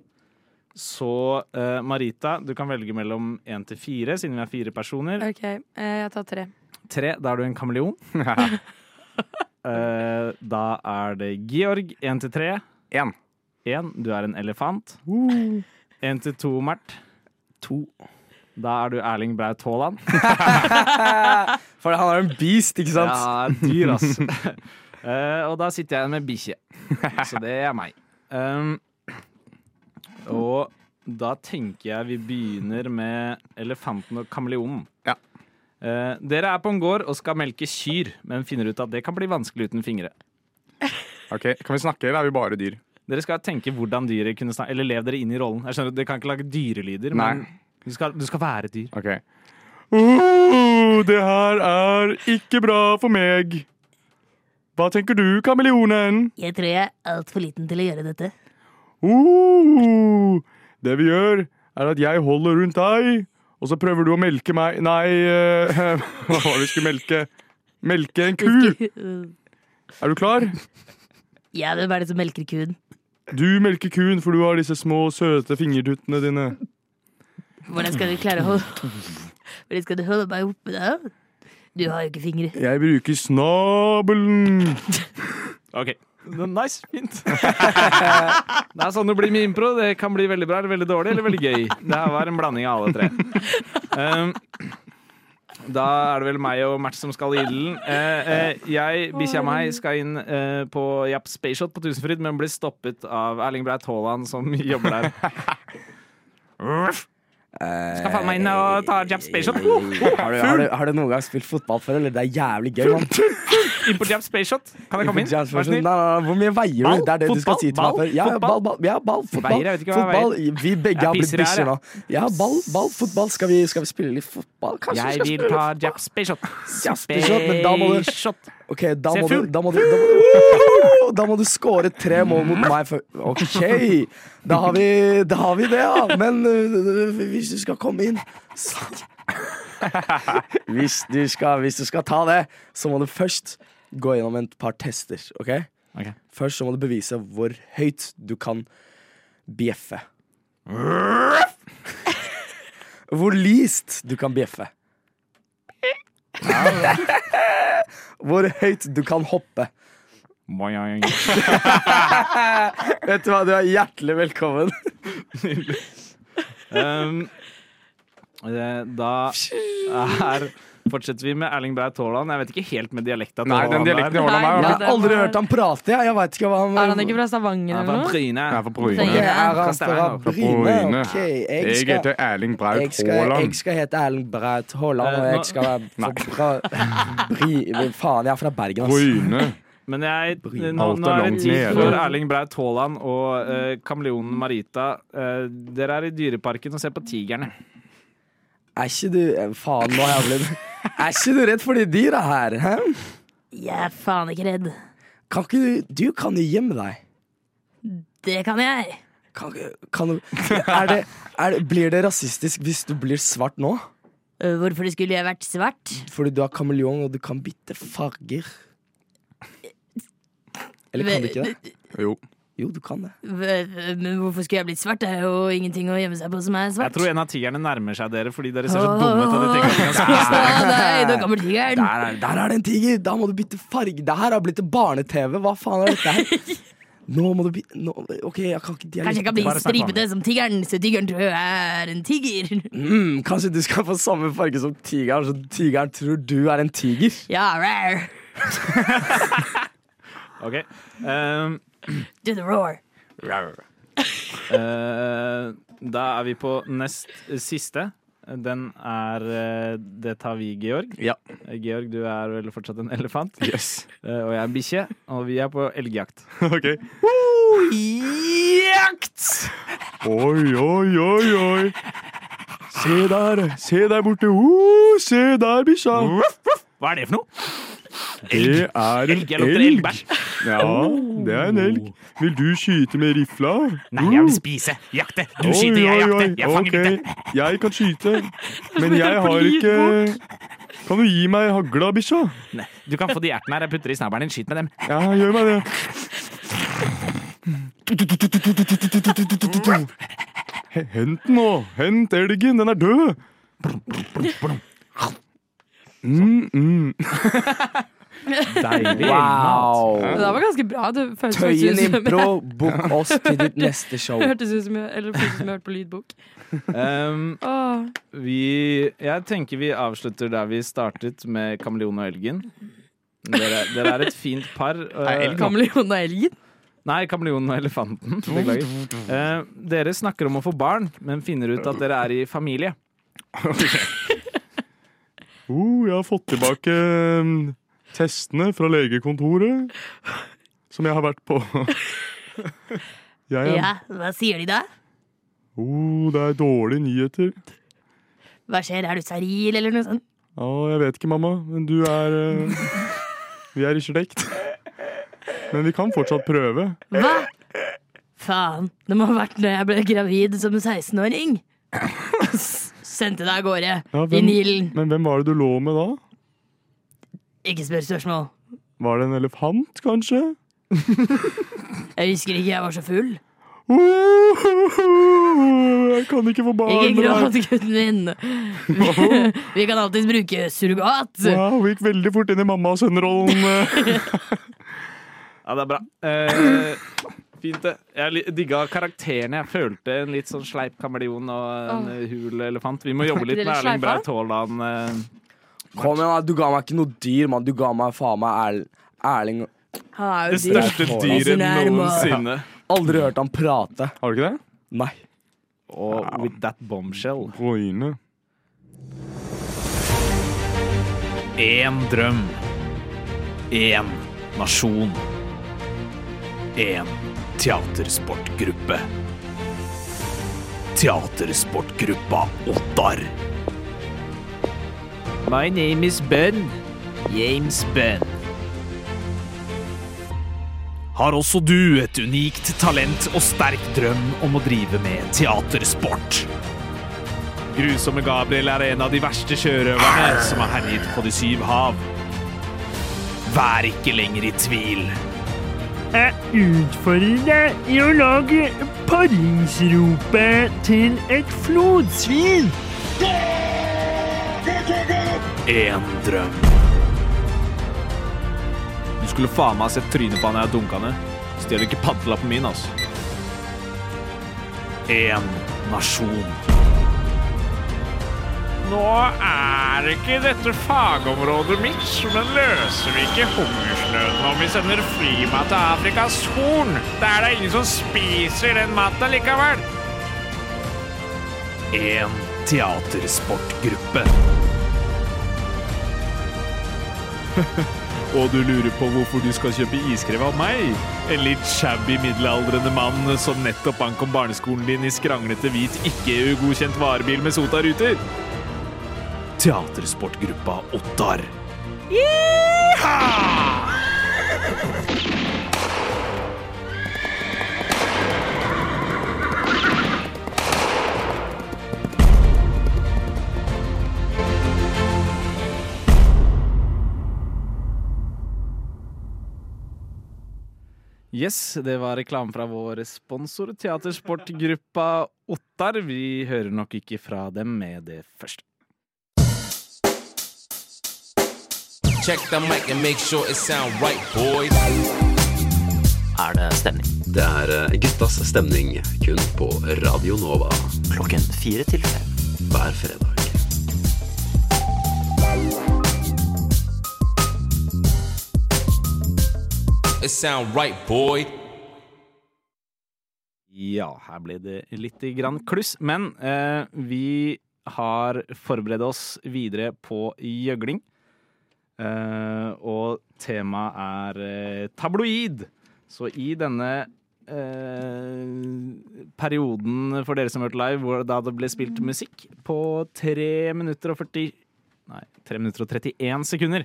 Så eh, Marita, du kan velge mellom én til fire, siden vi er fire personer.
OK, eh, jeg tar tre.
Tre, da er du en kameleon. Eh, da er det Georg, én til tre.
En.
Én, du er en elefant. Én til to, Mert.
To.
Da er du Erling Braut Haaland.
For han er en beast, ikke sant?
Ja, dyr, ass. Eh, og da sitter jeg igjen med bikkje. Så det er meg. Um, og da tenker jeg vi begynner med elefanten og kameleonen.
Ja.
Eh, dere er på en gård og skal melke kyr, men finner ut at det kan bli vanskelig uten fingre.
Ok, Kan vi snakke, eller er vi bare dyr?
Dere skal tenke hvordan dyret kunne snakke, eller lev dere inn i rollen. Jeg skjønner at Dere kan ikke lage dyrelyder, men
Nei.
du skal, du skal være et dyr.
Ok. Oh, det her er ikke bra for meg. Hva tenker du, kameleonen?
Jeg tror jeg er altfor liten til å gjøre dette.
Oh, det vi gjør, er at jeg holder rundt deg, og så prøver du å melke meg Nei, eh, hva var det vi skulle melke? Melke en ku! Er du klar?
Ja, hvem er det som melker kuen?
Du melker kuen, for du har disse små, søte fingertuttene dine.
Hvordan skal du klare å holde Hvordan skal du holde meg oppe da? Du har jo ikke fingre.
Jeg bruker snabelen.
Ok. Nice. Fint. det er sånn det blir med impro. Det kan bli veldig bra eller veldig dårlig eller veldig gøy. Det her var en blanding av alle tre. Um, da er det vel meg og Match som skal i ilden. Eh, eh, jeg, bikkja meg, skal inn eh, på Japp Spaceshot på Tusenfryd, men blir stoppet av Erling Braut Haaland, som jobber der. Skal faen meg inn og ta Japp Spaceshot. Oh,
Har du, har, du, har du noen gang spilt fotball før, eller? Det er jævlig gøy, mann.
inn på Japp Spaceshot. Kan jeg komme inn? Vær så
Nei, nei,
snill.
nei, hvor mye veier du?
Ball?
Det er det du skal
Fotball?
si til meg
Ball?
før. Ja, ja,
Fotball?
ball, ball, ja, ball, fotball.
Veier, jeg vet ikke hva
fotball. Vi
Jeg
begge har blitt
pisser her, jeg.
bikkjer nå. Ja, ball, ball, fotball. Skal vi, skal vi spille litt fotball? Kanskje vi
Jeg
skal
vil
spille
ta Japp Spaceshot.
Japp Spaceshot, men da må du-
Spaceshot.
Ok, da
Se
må, du,
fugl.
da, må du, da, må, da må du score tre mål mot meg før OK! Da har vi, da har vi det, ja. Men øh, hvis du skal komme inn så, hvis, du skal, hvis du skal ta det, så må du først gå gjennom et par tester, OK?
Ok.
Først så må du bevise hvor høyt du kan bjeffe. Hvor lyst du kan bjeffe. Hvor høyt du kan hoppe.
Boing.
Vet du hva, du er hjertelig velkommen.
Um, eh, da er, fortsetter vi med Erling Braut Haaland. Jeg vet ikke helt med dialekta. til
Nei, den
Haaland
dialekten
der.
jeg holder meg altså.
Jeg har
Ja, det
over.
var-
aldri hørt han prate. jeg. Jeg veit ikke hva han
Er han ikke fra
Han
Stavanger
er
eller
fra
noe?
Bryne.
Jeg er fra Bryne.
Ok, Er han
Kastet
fra
meg nå.
Bryne?
Bryne.
Ok, jeg
Jeg
skal
heter Erling
jeg
Braut
skal, jeg
Haaland.
skal hete Erlend Braut Haaland, og
Eh, nå-
jeg skal være fra fra Bry... Faen, jeg er fra Bergen, ass.
Bryne.
Men jeg,
Bryne.
nå,
Alt er
nå er det
langt
tid
nede.
for Erling Braut Haaland og eh, kameleonen Marita. Eh, dere er i Dyreparken og ser på tigerne.
Er ikke du eh, Faen, nå har jeg blitt Er ikke du redd for de dyra her? Hæ?
Jeg er faen ikke redd.
Kan ikke du Du kan jo gjemme deg.
Det kan jeg.
Kan, ikke- kan du er det, er det, Blir det rasistisk hvis du blir svart nå?
Øh, Hvorfor skulle jeg vært svart?
Fordi du er kameleon, og du kan bytte farger. Eller kan du ikke det?
Jo.
Jo, du kan det.
Hv- øh, Men hvorfor skulle jeg blitt svart? Det er jo ingenting å gjemme seg på som er
Jeg
svart.
tror en av tigerne nærmer seg dere fordi dere ser så dumme ut. Og de tenker at de kan spise
Å nei, nå kommer tigeren.
Der er, der er det en tiger! Da må du bytte farge. Det her har blitt til barne-TV. Hva faen er dette her? Nå må du bytte nå, OK, jeg kan ikke
Kanskje jeg kan
dialekt.
bli
Bare snakk
stripete som tigeren, så tigeren tror jeg er en tiger.
Mm, kanskje du skal få samme farge som tigeren, så tigeren tror du er en tiger?
Ja, rar.
Ok. Um,
Do the roar.
Eh, da er vi på nest siste. Den er eh, Det tar vi, Georg.
Ja.
Eh, Georg, du er vel fortsatt en elefant.
Yes.
Eh, og jeg er en bikkje. Og vi er på elgjakt.
Ok.
Jakt!
Oi, oi, oi, oi. Se der, se der borte. Uh, se der, bikkja.
Hva er det for noe?
Det er en
Elg, jeg lukter
elg.
elgbæsj.
Ja, det er en elg. Vil du skyte med rifla?
Nei, jeg vil spise. Jakte. Du skyter, jeg jakter. Jeg
Ok,
fanger ikke.
Jeg kan skyte, men jeg har ikke Kan du gi meg hagla, bikkja?
Nei, Du kan få de hjertene her. Jeg putter i snabelen din. Skyt med dem.
Ja, gjør meg det. He- Hent den nå. Hent elgen. Den er død. Mm, mm.
Deilig.
Wow.
Det der var ganske bra. Det føltes
Tøyen
ut som
impro, book oss til ditt neste show.
Det hørtes ut som jeg, eller føltes som jeg hørte på lydbok.
Um,
Åh.
vi, jeg tenker vi avslutter der vi startet, med Kameleon og Elgen. Dere, dere er et fint par. eh,
elg, da.
Kameleon og elgen.
Nei, kameleonen og elefanten. Beklager. Eh, dere snakker om å få barn, men finner ut at dere er i familie.
Oh, jeg har fått tilbake mm, testene fra legekontoret som jeg har vært på. Jeg er,
Ja, hva sier de da?
oh, det er dårlige nyheter.
Hva skjer, er du seril eller noe sånt?
Ja, jeg vet ikke, mamma, men du er eh, Vi er i slekt. Men vi kan fortsatt prøve.
Hva? Faen, det må ha vært da jeg ble gravid som 16-åring. S- Sendte deg av gårde
Ja,
i
hvem-
Nilen.
Men hvem var det du lå med da?
Ikke spør spørsmål.
Var det en elefant, kanskje?
Jeg husker ikke jeg var så full.
Oh, jeg kan ikke få barn
Ikke
med
gråt,
deg.
gutten min. Vi kan alltids bruke surrogat.
Wow, vi gikk veldig fort inn i mamma og sønnerollen.
Ja, det er bra. Eh, fint, det. Jeg li- digga karakterene. Jeg følte en litt sånn sleip kameleon og en
Åh.
hul elefant. Vi må jobbe litt med
dere
Erling
sleipa?
Braut Haaland. eh.
Kom igjen, da, du ga meg ikke noe dyr, mann. Du ga meg faen meg Erl Erling.
Han er
det
jo dyr.
største
Haaland.
Sånn
dyret
Nærmere.
noensinne.
Aldri hørt han prate.
Har du ikke det?
Nei.
Og with that bombshell.
Roine.
Én drøm. Én nasjon. Én teatersportgruppe. Teatersportgruppa Ottar. My name is Ben. James Ben. Har også du et unikt talent og sterk drøm om å drive med teatersport? Grusomme Gabriel er en av de verste sjørøverne som har herjet på de syv hav. Vær ikke lenger i tvil.
Jeg utfordrer deg i å lage paringsropet til et flodsvin.
Én drøm. Du skulle faen meg ha sett trynet på han jeg dunka ned. Stjel ikke paddelappen min, altså. Én nasjon. Nå er ikke dette fagområdet mitt, men løser vi ikke hungersnøden om vi sender flymat til Afrikas Horn? Da er det ingen som spiser den maten likevel. Én teatersportgruppe. Og du lurer på hvorfor du skal kjøpe iskrem av meg? En litt shabby middelaldrende mann som nettopp ankom barneskolen din i skranglete hvit ikke-godkjent varebil med Sota-ruter? Teatersportgruppa Ottar.
Yes, det var reklame fra vår sponsor, teatersportgruppa Ottar. Vi hører nok ikke fra dem med det første.
Check the mic and make sure it sound right, boys.
Er det stemning?
Det er eh, guttas stemning kun på Radio Nova
Klokken fire til fem.
hver fredag.
It sound right, boy.
Ja, her ble det litt grann kluss, men eh, vi har forberedt oss videre på gjøgling. Eh, og temaet er eh, tabloid. Så i denne eh, perioden for dere som hørte live, hvor da det ble spilt musikk, på 3 minutter og 40 Nei, 3 minutter og 31 sekunder,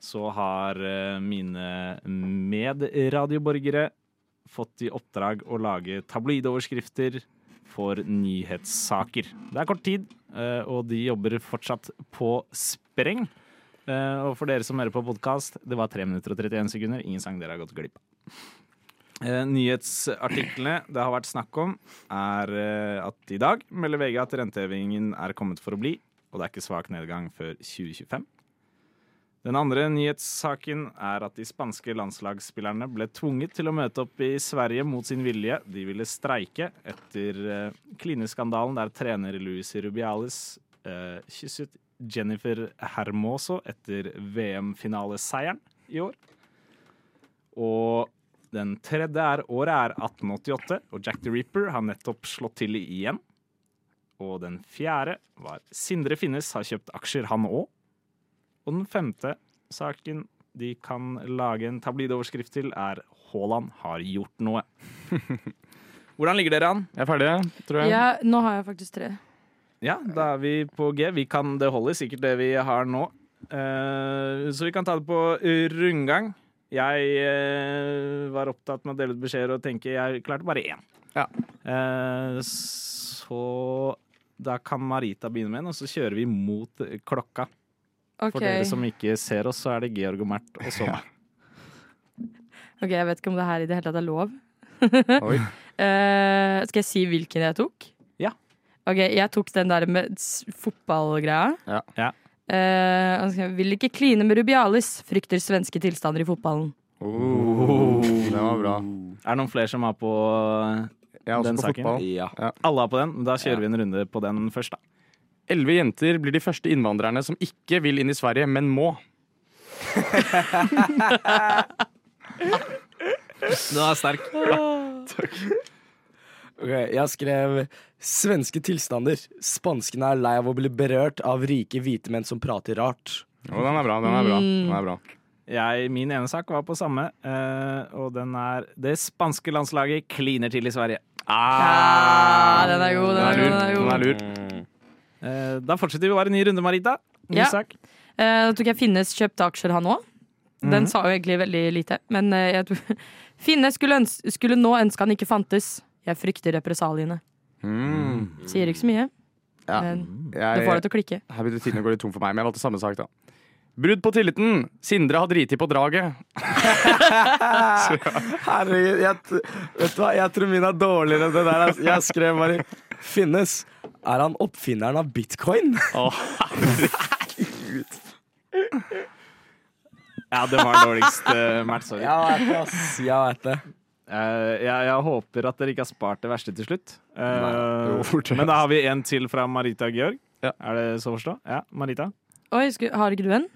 så har eh, mine medradioborgere fått i oppdrag å lage tabloidoverskrifter for nyhetssaker. Det er kort tid, eh, og de jobber fortsatt på spreng. Eh, Og for dere som hører på podkast, det var 3 minutter og 31 sekunder. Ingen sang dere har gått glipp av. Eh, Nyhetsartiklene det har vært snakk om, er eh, at i dag melder VG at rentehevingen er kommet for å bli, og det er ikke svak nedgang før 2025. Den andre nyhetssaken er at de spanske landslagsspillerne ble tvunget til å møte opp i Sverige mot sin vilje. De ville streike etter eh, klineskandalen der trener Luis Rubiales eh, kysset Jennifer Hermoso etter VM-finaleseieren i år. Og den tredje er året er 1888, og Jack the Ripper har nettopp slått til igjen. Og den fjerde var Sindre Finnes har kjøpt aksjer, han òg. Og den femte saken de kan lage en tabloidoverskrift til, er 'Haaland har gjort noe'. Hvordan ligger dere an?
Jeg er ferdig, tror jeg.
Ja, nå har jeg faktisk tre.
Ja, da er vi på G. Vi kan, det holder sikkert det vi har nå. Eh, så vi kan ta det på rundgang. Jeg eh, var opptatt med å dele ut beskjeder og tenke jeg klarte bare én.
Ja.
Eh, så da kan Marita begynne med en, og så kjører vi mot klokka. For
Ok,
dere som ikke ser oss, så er det Georg og Mert og så meg.
Ok, jeg vet ikke om det her i det hele tatt er lov.
Oi.
Eh, skal jeg si hvilken jeg tok?
Ja.
Ok, jeg tok den der med s- fotballgreia.
Ja.
Ja.
Eh, han skrev, vil ikke kline med Rubialis, frykter svenske tilstander i fotballen.
Oh, den var bra.
Er det noen flere som har på
Jeg er også
Den
på
saken.
fotball.
Ja.
Alle har på den, men da kjører vi en runde på den først, da.
Elleve jenter blir de første innvandrerne som ikke vil inn i Sverige, men må.
Den er sterk.
Ok, Jeg skrev svenske tilstander. Spanskene er lei av å bli berørt av rike hvite menn som prater rart.
Oh, den er bra. den er bra,
Mm.
den er bra.
Jeg, min ene sak var på samme, eh, og den er Det spanske landslaget kliner til i Sverige.
Ja, den er god, Ah. den er god. Den er
Ah, Den
god.
er lur.
Eh, da fortsetter vi bare en ny runde, Marita. Ny
Ja.
sak.
Eh, da tok jeg Finnes kjøpte aksjer, han òg. Den
Mhm.
sa jo egentlig veldig lite, men eh, jeg tror Finnes skulle, øns skulle nå ønske han ikke fantes. Jeg frykter represaliene. Sier ikke så mye,
Ja.
men det får
Mm.
deg
Jeg,
til å klikke.
her begynte tiden å gå litt tom for meg, men jeg valgte samme sak, da. Brudd på tilliten. Sindre har driti på draget.
Herregud, jeg, t- vet du hva? jeg tror min er dårligere enn det der. altså. Jeg skrev bare Finnes. Er han oppfinneren av bitcoin?
Ja, det var dårligst eh, match, sorry.
Jeg vet det, ass. Jeg vet det.
Eh, jeg, jeg håper at dere ikke har spart det verste til slutt. Eh, men da har vi en til fra Marita og Georg.
Ja.
Er det så å forstå? Ja, Marita?
Oi, sku, har ikke du en?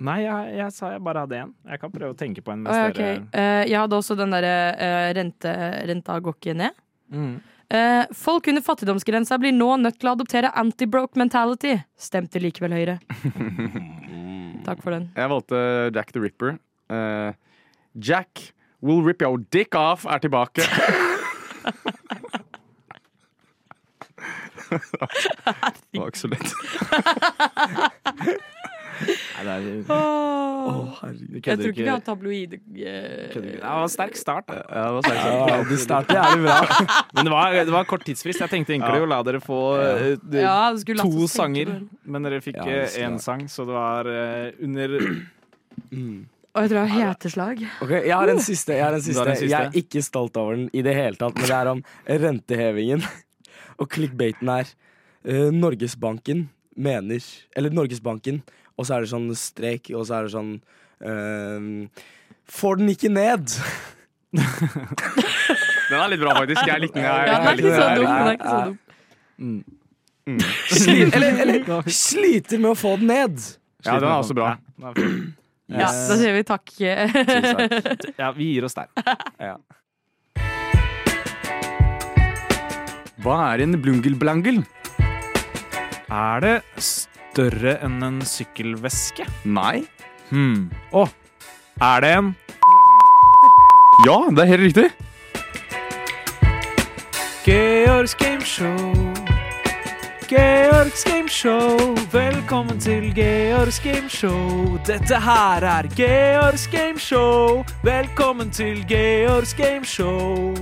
Nei, jeg, jeg sa jeg bare hadde én. Jeg kan prøve å tenke på en. Mens
Oi, ok.
dere...
Eh, jeg hadde også den derre eh, rente, renta går ikke ned.
Mm.
Eh, folk under fattigdomsgrensa blir nå nødt til å adoptere anti-broke mentality. Stemte likevel Høyre. Takk for den.
Jeg valgte Jack the Ripper. Eh, Jack will rip your dick off er tilbake. Det var ikke så lett.
Nei, det er,
herregud.
du
jeg tror
kødder
ikke vi har tabloid... eh,
kødder ikke. Det var sterk start. da.
Ja, det var sånn. sterkt.
Ja, du starter jævlig bra.
Men det var, det var kort tidsfrist. Jeg tenkte egentlig å la dere få eh, d-
Ja, det skulle latt
to
oss tenke på
sanger,
det.
men dere fikk
Ja,
eh,
det
én
skulle
sang, så det var eh, under
Og jeg tror jeg har heteslag.
Ok, Jeg har en siste. Jeg, har en siste.
Oh. har en siste.
jeg er ikke stolt over den i det hele tatt, men det er om rentehevingen. Og clickbaiten er eh, Norgesbanken mener Eller Norgesbanken, og så er det sånn strek, og så er det sånn eh, Får den ikke ned!
Den er litt bra, faktisk. Jeg likte den. Jeg,
Ja, den er
likte
ikke så
den.
dum. Den er ikke så dum.
Sli, eller, eller sliter med å få den ned!
Ja, den er også bra.
Ja, da sier vi takk. eh,
Ja, vi gir oss der.
Hva er en blungelblangel?
Er det større enn en sykkelveske? Hmm.
Nei.
Å, er det en
Ja, det er helt riktig.
Georgs gameshow. Georgs gameshow. Velkommen til Georgs gameshow. Dette her er Georgs gameshow. Velkommen til Georgs gameshow.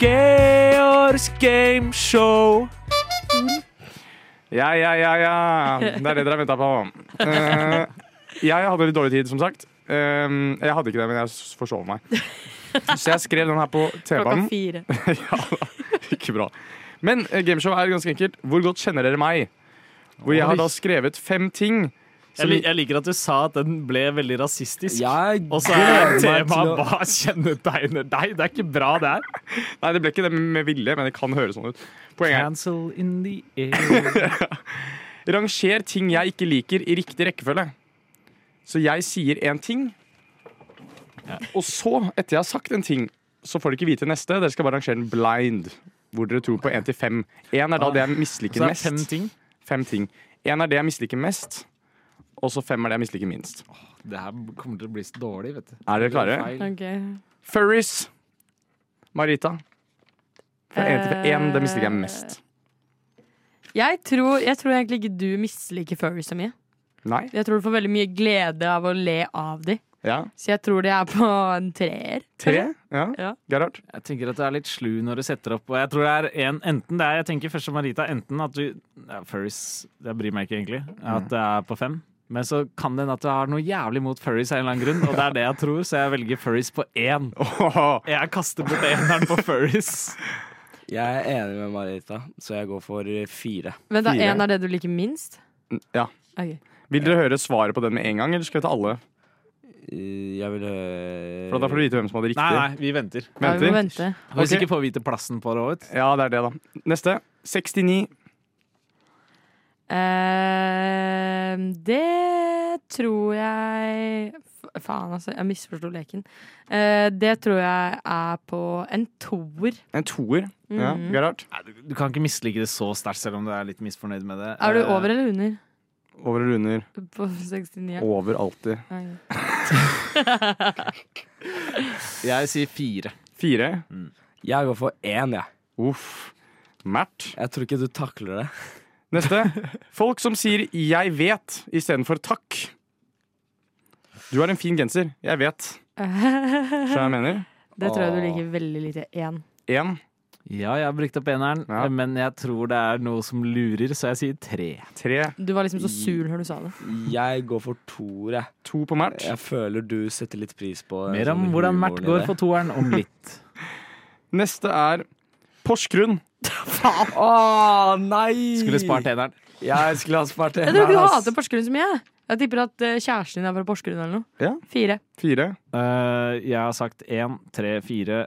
Georgs gameshow.
Ja, ja, ja, ja. Det er det dere har venta på. Eh, jeg hadde litt dårlig tid, som sagt. Eh, jeg hadde ikke det, men jeg s- forsov meg. Så jeg skrev den her på
Klokka
T-banen.
fire.
Ikke bra. Men eh, gameshow er ganske enkelt. Hvor godt kjenner dere meg? Hvor jeg har da skrevet fem ting.
Jeg, li- jeg liker at du sa at den ble veldig rasistisk.
Jeg
Og så er
gleder meg til
temaet
å-
hva kjennetegner deg. Det er ikke bra, det her.
Nei, det ble ikke det med vilje, men det kan høres sånn ut. Poenget
Cancel in the air.
er ranger ting jeg ikke liker, i riktig rekkefølge. Så jeg sier én ting, og så, etter jeg har sagt en ting, så får dere ikke vite neste. Dere skal bare rangere den blind, hvor dere tror på én til fem. Én er da det jeg
Så
misliker
det er fem
mest.
ting.
Fem ting. Én er det jeg misliker mest, og så fem er det jeg misliker minst.
Det her kommer til å bli så dårlig, vet du.
Er dere klare?
Ok.
Furries. Marita. Fra én til
Eh,
én, det misliker jeg mest.
Jeg tror, jeg tror egentlig ikke du misliker furries så mye.
Nei?
Jeg tror du får veldig mye glede av å le av de.
Ja?
Så jeg tror det er på en treer.
Tre?
Ja.
Ja? Gerhard?
Jeg tenker at du er litt slu når du setter opp. Og jeg tror det er en, enten det er, jeg tenker først som Marita, enten at du ja, Furries, jeg bryr meg ikke egentlig, at det er på fem. Men så kan det hende at du har noe jævlig mot furries av en eller annen grunn, og det er det jeg tror, så jeg velger furries på én. Jeg kaster bort eneren på furries.
Jeg er enig med Marita, så jeg går for eh, fire.
Vent, da,
Fire.
én er det du liker minst?
Ja.
Ok.
Vil dere høre svaret på den med en gang, eller skal vi ta alle?
Eh, Jeg vil eh,
For Da får dere vite hvem som hadde riktig.
Nei, nei, vi venter.
Ja, vi må
Venter.
vente.
Hvis
Ok.
ikke får vi vite plassen på det òg, vet du.
Ja, det er det, da. Neste. 69.
Eh, det tror jeg F- Faen, altså. Jeg misforsto leken. Eh, det tror jeg er på en toer.
En toer. Ja,
Mhm.
Gerhard.
Nei, du, du kan ikke mislike det så sterkt, selv om du er litt misfornøyd med det.
Er du
Eh,
over eller under?
Over eller under?
På 69?
Over alltid.
Ok.
Jeg sier fire.
Fire.
Jeg går for én, jeg.
Uff. Mert.
Jeg tror ikke du takler det.
Neste. Folk som sier 'jeg vet' istedenfor 'takk'. Du har en fin genser. Jeg vet. Skjønner du hva jeg mener?
Det tror jeg du liker veldig lite. Én.
Én.
Ja, jeg har brukt opp eneren,
Ja.
men jeg tror det er noe som lurer, så jeg sier tre.
Tre.
Du var liksom så sur når du sa det.
Jeg går for toer, jeg.
To på Mert.
Jeg føler du setter litt pris på eh,
Mer om
sånn
hvordan Mert
humoren i
går
det.
for toeren om litt.
Neste er Porsgrunn.
Å nei!
Skulle spart eneren.
Jeg skulle ha spart
Jeg
eneren.
tror ikke du
ass.
hater Porsgrunn så mye. jeg. Jeg tipper at eh, kjæresten din er fra Porsgrunn eller noe.
Ja.
Fire.
Fire.
Eh, jeg har sagt én, tre, fire.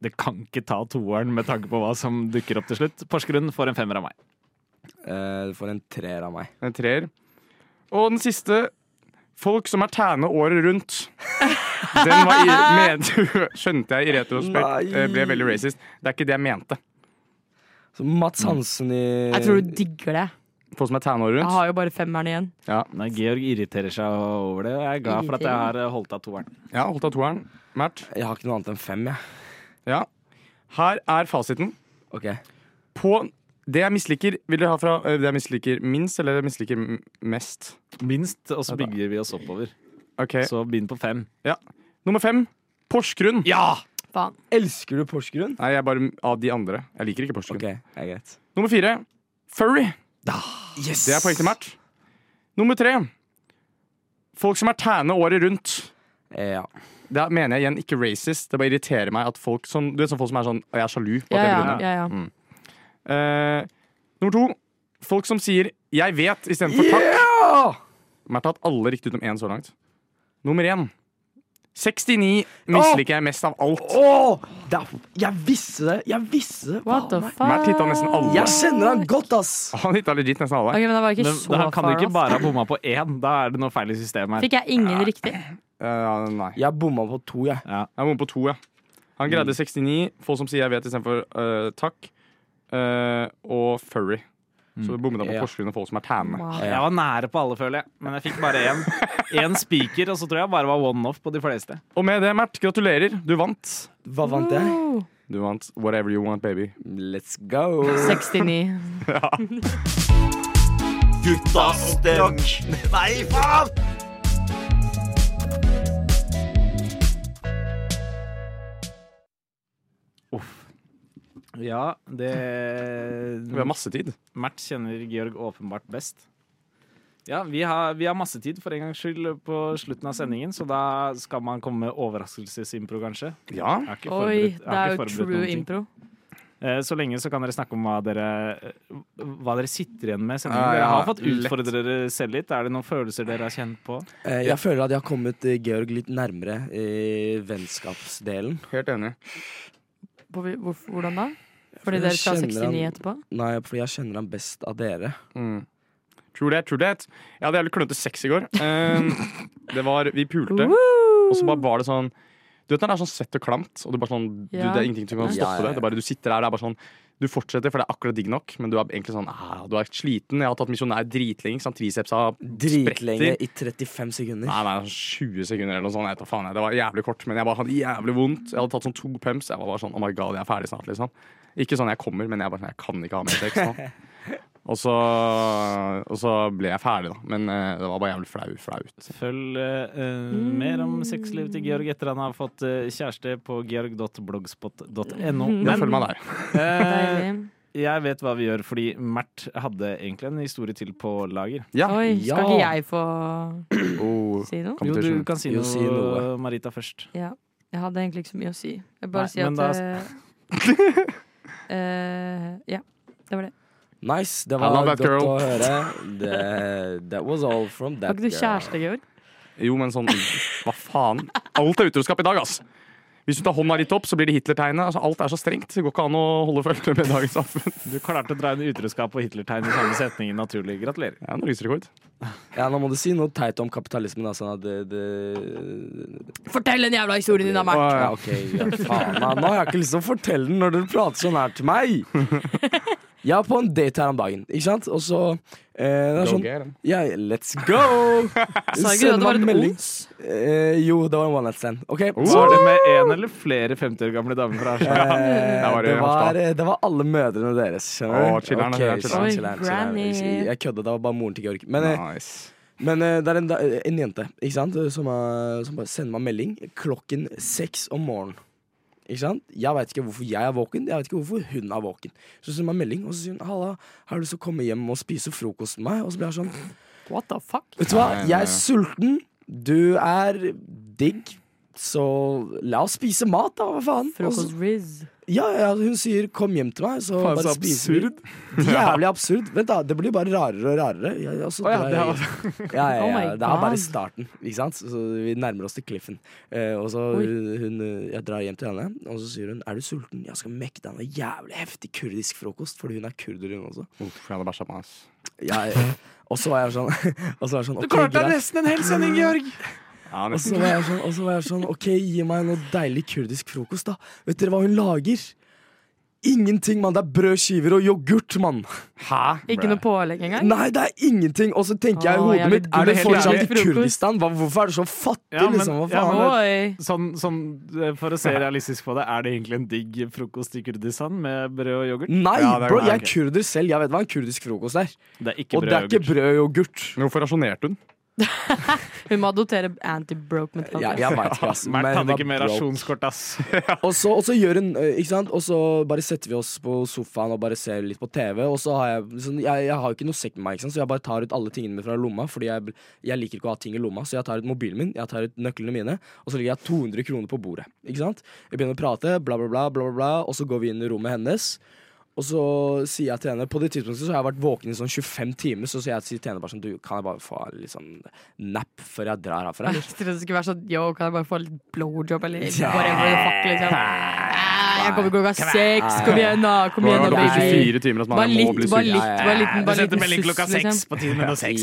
Det kan ikke ta toeren med tanke på hva som dukker opp til slutt. Porsgrunn får en femmer av meg.
Eh, Du får en treer av meg.
En treer. Og den siste Folk som er tæne året rundt. Den var i, men, skjønte jeg i retrospekt
Nei.
eh, ble veldig racist. Det er ikke det jeg mente.
Så Mats Hansen i
Jeg tror du digger det.
Folk som er tæne året
Jeg
rundt.
har jo bare femmeren igjen.
Nei, Georg irriterer seg over det, og jeg er glad for at jeg har eh, holdt av toeren.
Ja, holdt av toeren. Mert.
Jeg har ikke noe annet enn fem, jeg.
Ja. Her er fasiten.
Ok.
På det jeg misliker, vil dere ha fra eh, det jeg misliker minst, eller det jeg misliker m- mest?
Minst, og så bygger vi oss oppover.
Ok,
Så begynn på fem.
Nummer fem. Porsgrunn.
Ja!
Faen.
Elsker du Porsgrunn?
Nei, jeg er bare av de andre. Jeg liker
Ok,
ikke Porsgrunn.
det er greit.
Nummer fire. Furry.
Yes!
Det er poeng til Mert. Nummer tre. Folk som er tæne året rundt.
Eh, Ja.
Da mener jeg igjen ikke racist. Det bare irriterer meg at folk som Du vet sånn folk som er sånn Jeg er sjalu. på at
Ja,
jeg
ja,
blir
ja, ja.
Mm.
brun». Eh, nummer to. Folk som sier 'jeg vet' istedenfor 'takk'.
Ja!
Mert har hatt alle riktig utenom én så langt. Nummer én. 69 misliker jeg mest av alt.
Åh! Det er, jeg visste det! Jeg visste det!
What the
Faen meg.
Mert
fuck?
hitta nesten alle.
Jeg kjenner han godt, ass!
Han hitta legit nesten alle.
Ok, men det var ikke
Men
så
han kan
far
ikke
off.
bare ha bomma på én. Da er det noe feil i systemet her.
Fikk jeg ingen riktig?
Eh, ja, nei. Jeg
Jeg bomma på to, jeg.
bommer på to, ja. Han greide 69. Folk som sier 'jeg vet' istedenfor uh, 'takk'. Eh, og furry. Så du bommet da på
Ja.
Porsgrunn og folk som er tæne.
Wow.
Jeg var nære på alle, føler jeg. Men jeg fikk bare én. Én spiker, og så tror jeg bare var one off på de fleste.
Og med det, Mert, gratulerer. Du vant.
Hva vant jeg?
Du vant Whatever You Want Baby.
Let's go.
69.
ja.
Gutta stemmer. Nei, faen!
Ja, det
Mm.
Vi har masse tid.
Mert kjenner Georg åpenbart best. Ja, vi har, vi har masse tid for en gangs skyld på slutten av sendingen, så da skal man komme med overraskelsesimpro, kanskje.
Ja.
Jeg har ikke
Oi,
forberedt- jeg
det
har
er
ikke
jo
forberedt
true
noen ting.
impro.
Eh, Så lenge så kan dere snakke om hva dere, hva dere sitter igjen med. i sendingen.
Ja,
Dere
ja,
har fått
lett.
utfordre dere selv litt. Er det noen følelser dere har kjent på?
Eh, Jeg føler at jeg har kommet eh, Georg litt nærmere i vennskapsdelen.
Helt enig.
På, hvor, hvordan da? Fordi
Jeg
dere skal ha
kjenner
69
han- Eh,
etterpå?
Nei, for jeg kjenner han best av dere.
Mm. True that, true that. Jeg hadde jævlig klønete sex i går. Um, det var, Vi pulte, og så bare var det sånn Du vet når det er sånn svett og klamt, og du bare sånn, du,
Ja.
det er ingenting som kan
Ja, ja,
stoppe det. det er bare, du sitter der, det er bare sånn Du fortsetter, for det er akkurat digg nok, men du er egentlig sånn ah, Du er sliten, jeg har tatt misjonær dritlenge, sånn triceps har
Dritlenge
spretter.
i 35 sekunder.
Nei, nei, sånn 20 sekunder eller noe sånt. Jeg vet da faen, jeg. Det var jævlig kort, men jeg bare hadde jævlig vondt. Jeg hadde tatt sånn to pumps. Jeg var bare sånn Oh my god, jeg er ferdig snart, liksom. Ikke sånn jeg kommer, men jeg bare sånn Jeg kan ikke ha mer sex nå. Og så, og så ble jeg ferdig, da. Men eh, det var bare jævlig flau, flaut.
Følg eh, eh,
Mm.
mer om sexlivet til Georg etter han har fått eh, kjæreste på georg.blogspot.no.
Ja, følg meg der.
Eh,
Deilig.
jeg vet hva vi gjør, fordi Mert hadde egentlig en historie til på lager.
Ja.
Oi, skal ikke
ja.
jeg få
Oh,
si noe?
Jo, du
competition.
kan si
Jo,
noe,
si noe.
Marita, først.
Ja. Jeg hadde egentlig ikke så mye å si. Jeg bare
Nei,
sier
men
at eh, eh, Ja, det var det.
Nice, det
I
var
love
godt
that girl.
å høre. Det, that was all from that
Har ikke du
girl.
kjæreste, Georg?
Jo, men sånn Hva faen? Alt er utroskap i dag, ass! Hvis du tar hånda litt opp, så blir det Hitler-tegnet. Altså, alt er så strengt. Det går ikke an å holde følge med i dagens samfunn.
Du klarte å dra inn utroskap og Hitlertegn i samme setning. Naturlig. Gratulerer.
Det er norgesrekord.
Ja, nå må du si noe teit om kapitalismen, altså. Det, det
Fortell den jævla historien din, da, Mark.
ja, OK, ja, faen. Nei, nå har jeg ikke lyst til å fortelle den når dere prater sånn her til meg. Jeg var på en date her om dagen, ikke sant? Og så eh, det er sånn, ja, Let's go!
Sa ikke du at det var et ons?
Eh, jo, det var en one night stand. OK.
Oh,
Så,
Var det med én eller flere 50 år gamle damer fra Harstad?
eh,
var det
det,
Harstad.
var, eh, det var alle mødrene deres. Skjønner
Å, chiller'n,
Ok,
chiller'n,
chiller'n.
chiller'n,
Oi,
chiller'n.
granny.
Jeg kødda, det var bare moren til Georg. Men, eh,
Nice.
Men eh, det er en, da- en jente ikke sant? Som, eh, som bare sender meg melding klokken seks om morgenen. Ikke sant? Jeg veit ikke hvorfor jeg er våken, jeg vet ikke hvorfor hun er våken. Så sender hun meg melding og så sier hun, Halla, har du lyst til å komme hjem og spise frokost med meg? Og så blir jeg sånn
What the fuck?
Vet du hva,
Nei, nei,
jeg
nei.
er sulten, du er digg, så la oss spise mat, da, hva faen? Og så-
Frokost Riz.
ja, ja, hun sier 'kom hjem til meg', så
Faen,
bare
så
spiser vi. Jævlig absurd. Vent, da. Det blir bare rarere og rarere. Ja, ja, så
Å ja,
drar
det
jeg- ja, ja,
Oh my
ja, det er bare
God.
starten, ikke sant? Så vi nærmer oss til cliffen. Eh, og så
Oi.
hun, eh, jeg drar hjem til henne, og så sier hun 'er du sulten'? Jeg skal mekke deg noe jævlig heftig kurdisk frokost, fordi hun er kurder, hun også.
Uff, jeg hadde bæsja på meg, ass.
Jeg, og så var jeg sånn, og så var jeg sånn
Du
ok,
klarte
greit.
deg nesten en hel sending, Georg!
Ja,
Og så var jeg sånn, og så var jeg sånn OK, gi meg noe deilig kurdisk frokost, da. Vet dere hva hun lager? Ingenting, mann. Det er brød, skiver og yoghurt, mann.
Hæ?
Ikke noe pålegg engang?
Nei, det er ingenting. Og så tenker jeg i
Å,
hodet
jævlig
mitt,
dum
er det
helt
fortsatt
jævlig
i
frokost.
Kurdistan? Hva, hvorfor er det så fattig,
Ja, men-
liksom? Hva
ja,
faen?
men-
Oi.
Sånn, sånn, eh, for å se realistisk på det, er det egentlig en digg frokost i Kurdistan med brød og yoghurt?
Nei,
Ja, det er
bro,
greit.
jeg er kurder selv. Jeg vet hva en kurdisk frokost er.
Det er ikke
og
brød
det er
og
ikke
yoghurt.
brød og yoghurt.
Hvorfor rasjonerte hun?
Hun må adoptere anti-broke mentality.
Ja, jeg vet ikke, ass. Men
Mert hadde
hva
ikke mer
broke.
rasjonskort, ass.
Og så, og så gjør hun, eh, ikke sant? Og så bare setter vi oss på sofaen og bare ser litt på TV. Og så har jeg liksom, jeg, jeg har jo ikke noe sekk med meg, ikke sant? så jeg bare tar ut alle tingene mine fra lomma. Fordi jeg, jeg liker ikke å ha ting i lomma, så jeg tar ut mobilen min, jeg tar ut nøklene mine, og så ligger jeg 200 kroner på bordet. Ikke sant? Vi begynner å prate, bla, bla, bla, bla, bla, bla, og så går vi inn i rommet hennes. Og så sier jeg til henne På det tidspunktet så har jeg vært våken i sånn 25 timer, så sier jeg til henne bare sånn Du, kan jeg bare få litt sånn napp før jeg drar herfra?
Jeg
eller?»
trodde det skulle være sånn Yo, kan jeg bare få litt blowjob, eller whatever the fuck, liksom. Nei, Jeg kommer klokka seks, kom igjen, da. Kom
Det
igjen,
var
da,
jo
baby.
24 timer, ass.
Bare
Man jeg må
litt,
bli
bare
sur.
litt, bare liten,
Du
bare
sendte
liten
melding klokka
suss,
seks
liksom.
på timen og seks.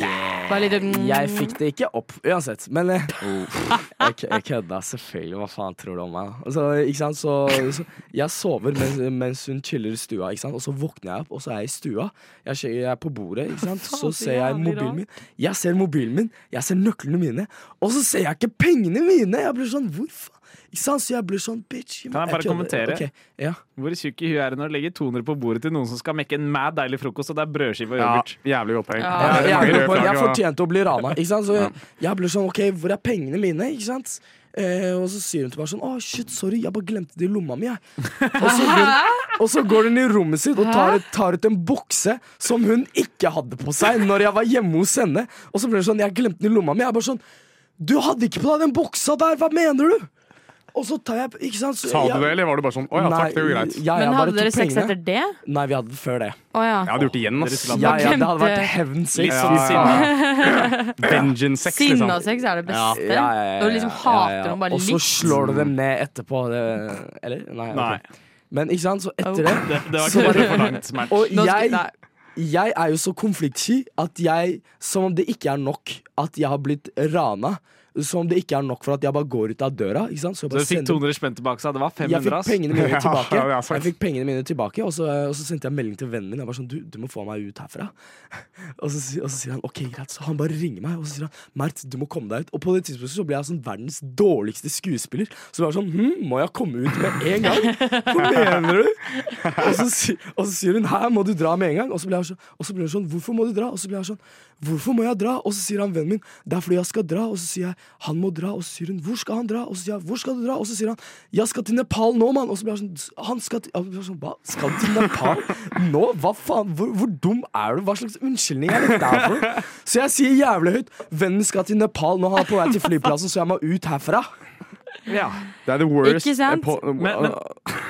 Bare litt mm.
Jeg fikk det ikke opp uansett, men eh, jeg, kø- jeg kødda selvfølgelig. Hva faen tror du om meg? da? Altså, ikke sant? Så, så jeg sover mens, mens hun chiller i stua, ikke sant? og så våkner jeg opp, og så er jeg i stua. Jeg, skje- jeg er på bordet, ikke sant? så
Faen, så
ser jeg
jævlig rart.
mobilen min. Jeg ser mobilen min, jeg ser nøklene mine, og så ser jeg ikke pengene mine! Jeg blir sånn, hvor faen? Ikke sant? Så jeg blir sånn bitch.
Kan jeg bare kommentere?
Ok, Ja.
Hvor tjukk i huet er det når du legger 200 på bordet til noen som skal mekke en mad deilig frokost, og det er brødskive og
Ja,
yoghurt?
jævlig godt poeng.
Ja,
Det er mange
jeg,
røde flagg,
jeg
og-
fortjente å bli rana. Ikke sant? Så jeg, jeg ble sånn OK, hvor er pengene mine? Ikke sant? Eh, og så sier hun til meg sånn Å, shit, sorry, jeg bare glemte det i lomma mi, jeg. Og så går, og så går hun i rommet sitt og tar, tar ut en bukse som hun ikke hadde på seg når jeg var hjemme hos henne. Og så blir hun sånn Jeg glemte den i lomma mi. Jeg er bare sånn Du hadde ikke på deg den buksa der, hva mener du? Og så tar jeg Ikke sant? Så
Sa du
jeg-
det, eller var du bare sånn Å ja, takk, det går greit.
Nei, jeg- jeg
Men
bare
hadde dere
tok
sex
pengene.
etter det?
Nei, vi hadde det før det.
Å ja.
Jeg hadde gjort det igjen, ass.
Ja, ja, det hadde vært
Glemte-
hevnsex.
Litt
fy
sånn
faen.
Vengeance sex, liksom.
Sinna sex er det beste.
Ja, ja, ja, ja,
Når du liksom
ja,
hater
ja, ja.
dem bare
Og så
litt.
slår du dem ned etterpå. Det, eller? Nei. ok.
Nei.
Men ikke sant, så etter det
Det, det var kanskje for langt. Mert.
Og
Nå skal-
jeg,
nei.
jeg er jo så konfliktsky at jeg, som om det ikke er nok at jeg har blitt rana, som om det ikke er nok for at jeg bare går ut av døra ikke sant? Så jeg
Så
bare
du fikk
sender-
200 spenn tilbake, så det var
jeg
500,
fikk
ass.
pengene mine tilbake,
det er sant.
Jeg fikk pengene mine tilbake og, så, og så sendte jeg melding til vennen min. Jeg var sånn, du, du må få meg ut herfra og, så, si- og så sier han ok, greit. Så han bare ringer meg og så sier han, Mert, du må komme deg ut. Og på det tidspunktet så ble jeg sånn verdens dårligste skuespiller. Så det var sånn hm, må jeg komme ut med en gang? Hva mener du? Og så, si- og så sier hun her må du dra med en gang. Og så blir jeg sånn, og så blir hun sånn hvorfor må du dra? Og så blir jeg sånn hvorfor må jeg dra? Og så sier han vennen min det er fordi jeg skal dra. Og så sier jeg han må dra. Og så sier hun hvor skal han dra? Og så sier jeg hvor skal du dra? Og så sier han jeg skal til Nepal nå, mann. Og så blir jeg sånn han skal til, jeg blir sånn, hva? Skal du til Nepal nå? Hva faen? Hvor, hvor dum er du? Hva slags unnskyldning er dette her for? Så jeg sier jævlig høyt vennen skal til Nepal nå, han er på vei til flyplassen, så jeg må ut herfra.
Ja.
Det er the worst
Ikke sant?
eh, på-
Men,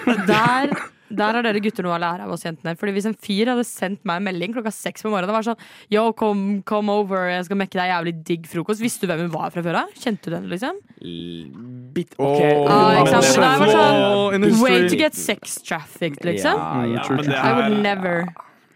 men
Der, der har dere gutter noe å lære av oss jentene. Fordi Hvis en fyr hadde sendt meg en melding klokka seks på morgenen og var sånn Yo, kom, kom over, jeg skal mekke deg jævlig digg frokost. Visste du hvem hun var fra før av? Kjente du henne, liksom?
Bitt,
Åh,
ok.
Ah, ikke sant? Men
men-
da var det sånn,
Åh, in history.
Way to get sex trafficked, liksom.
Ja, ja.
men det
I
her
would never.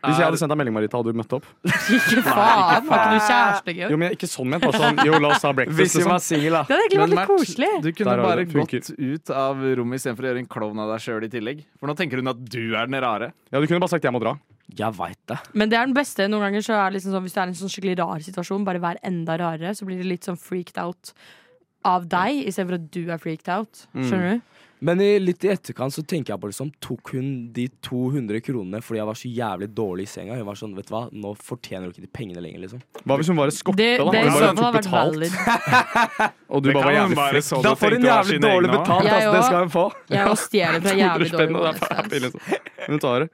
Mm, Hvis jeg hadde sendt deg melding, Marita, hadde du møtt opp?
Ikke faen. Var ikke du kjæreste,
Jo,
Georg?
men ikke sånn ment. Bare sånn Yo, la oss ha breakfast.
Hvis vi
Liksom.
var singel, da.
Det hadde egentlig
Men
vært litt
Mert,
koselig.
Du kunne
Der har
bare
det. Funker.
gått ut av rommet istedenfor å gjøre en klovn av deg sjøl i tillegg. For nå tenker hun at du er den rare.
Ja, du kunne bare sagt 'jeg må dra'.
Jeg veit det.
Men det er den beste. Noen ganger så er det liksom sånn, Hvis du er i en sånn skikkelig rar situasjon, bare vær enda rarere, så blir det litt sånn freaked out av deg, istedenfor at du er freaked out. Skjønner du?
Men i, litt i etterkant så tenker jeg på liksom Tok hun de 200 kronene fordi jeg var så jævlig dårlig i senga? Hun var sånn, vet du hva, nå fortjener du ikke de pengene lenger, liksom.
Hva hvis hun var eskorte,
Det,
da?
det i
Hun
så
bare
fall
tok
har vært
betalt,
valid.
og du
Det
bare var
kan hun
jævlig
bare
frekk.
så det tenkte hun var sin egen også.
Jeg ass, altså, det også. skal
hun få.
Jeg også stjeler fra jævlig dårlig
200 spenn, og det er ferdig,
bonus.
liksom. Hun tar det.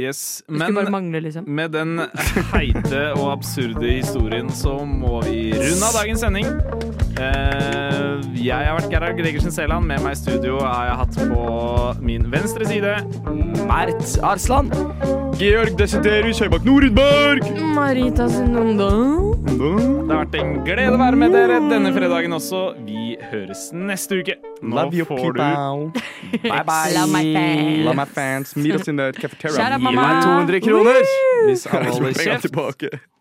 Yes.
Skulle bare
Men
mangle, liksom.
med den heite og absurde historien så må vi runde av dagens sending. Eh, jeg har vært Gerhard Gregersen Seland. Med meg i studio har jeg hatt på min venstre side
Mert Arsland.
Georg Desiderius Høybakk Norudberg!
Marita sin ungdom.
Det har vært en glede å være med dere denne fredagen også. Vi høres neste uke. Nå
Love you,
får du
people.
Bye, bye.
Love my fans.
Love my fans. Meet us in the cafeteria.
Eh. Shout out,
Gi meg
mamma.
200 kroner!
Hvis alle
Jeg
holder
vil
kjeft.
tilbake.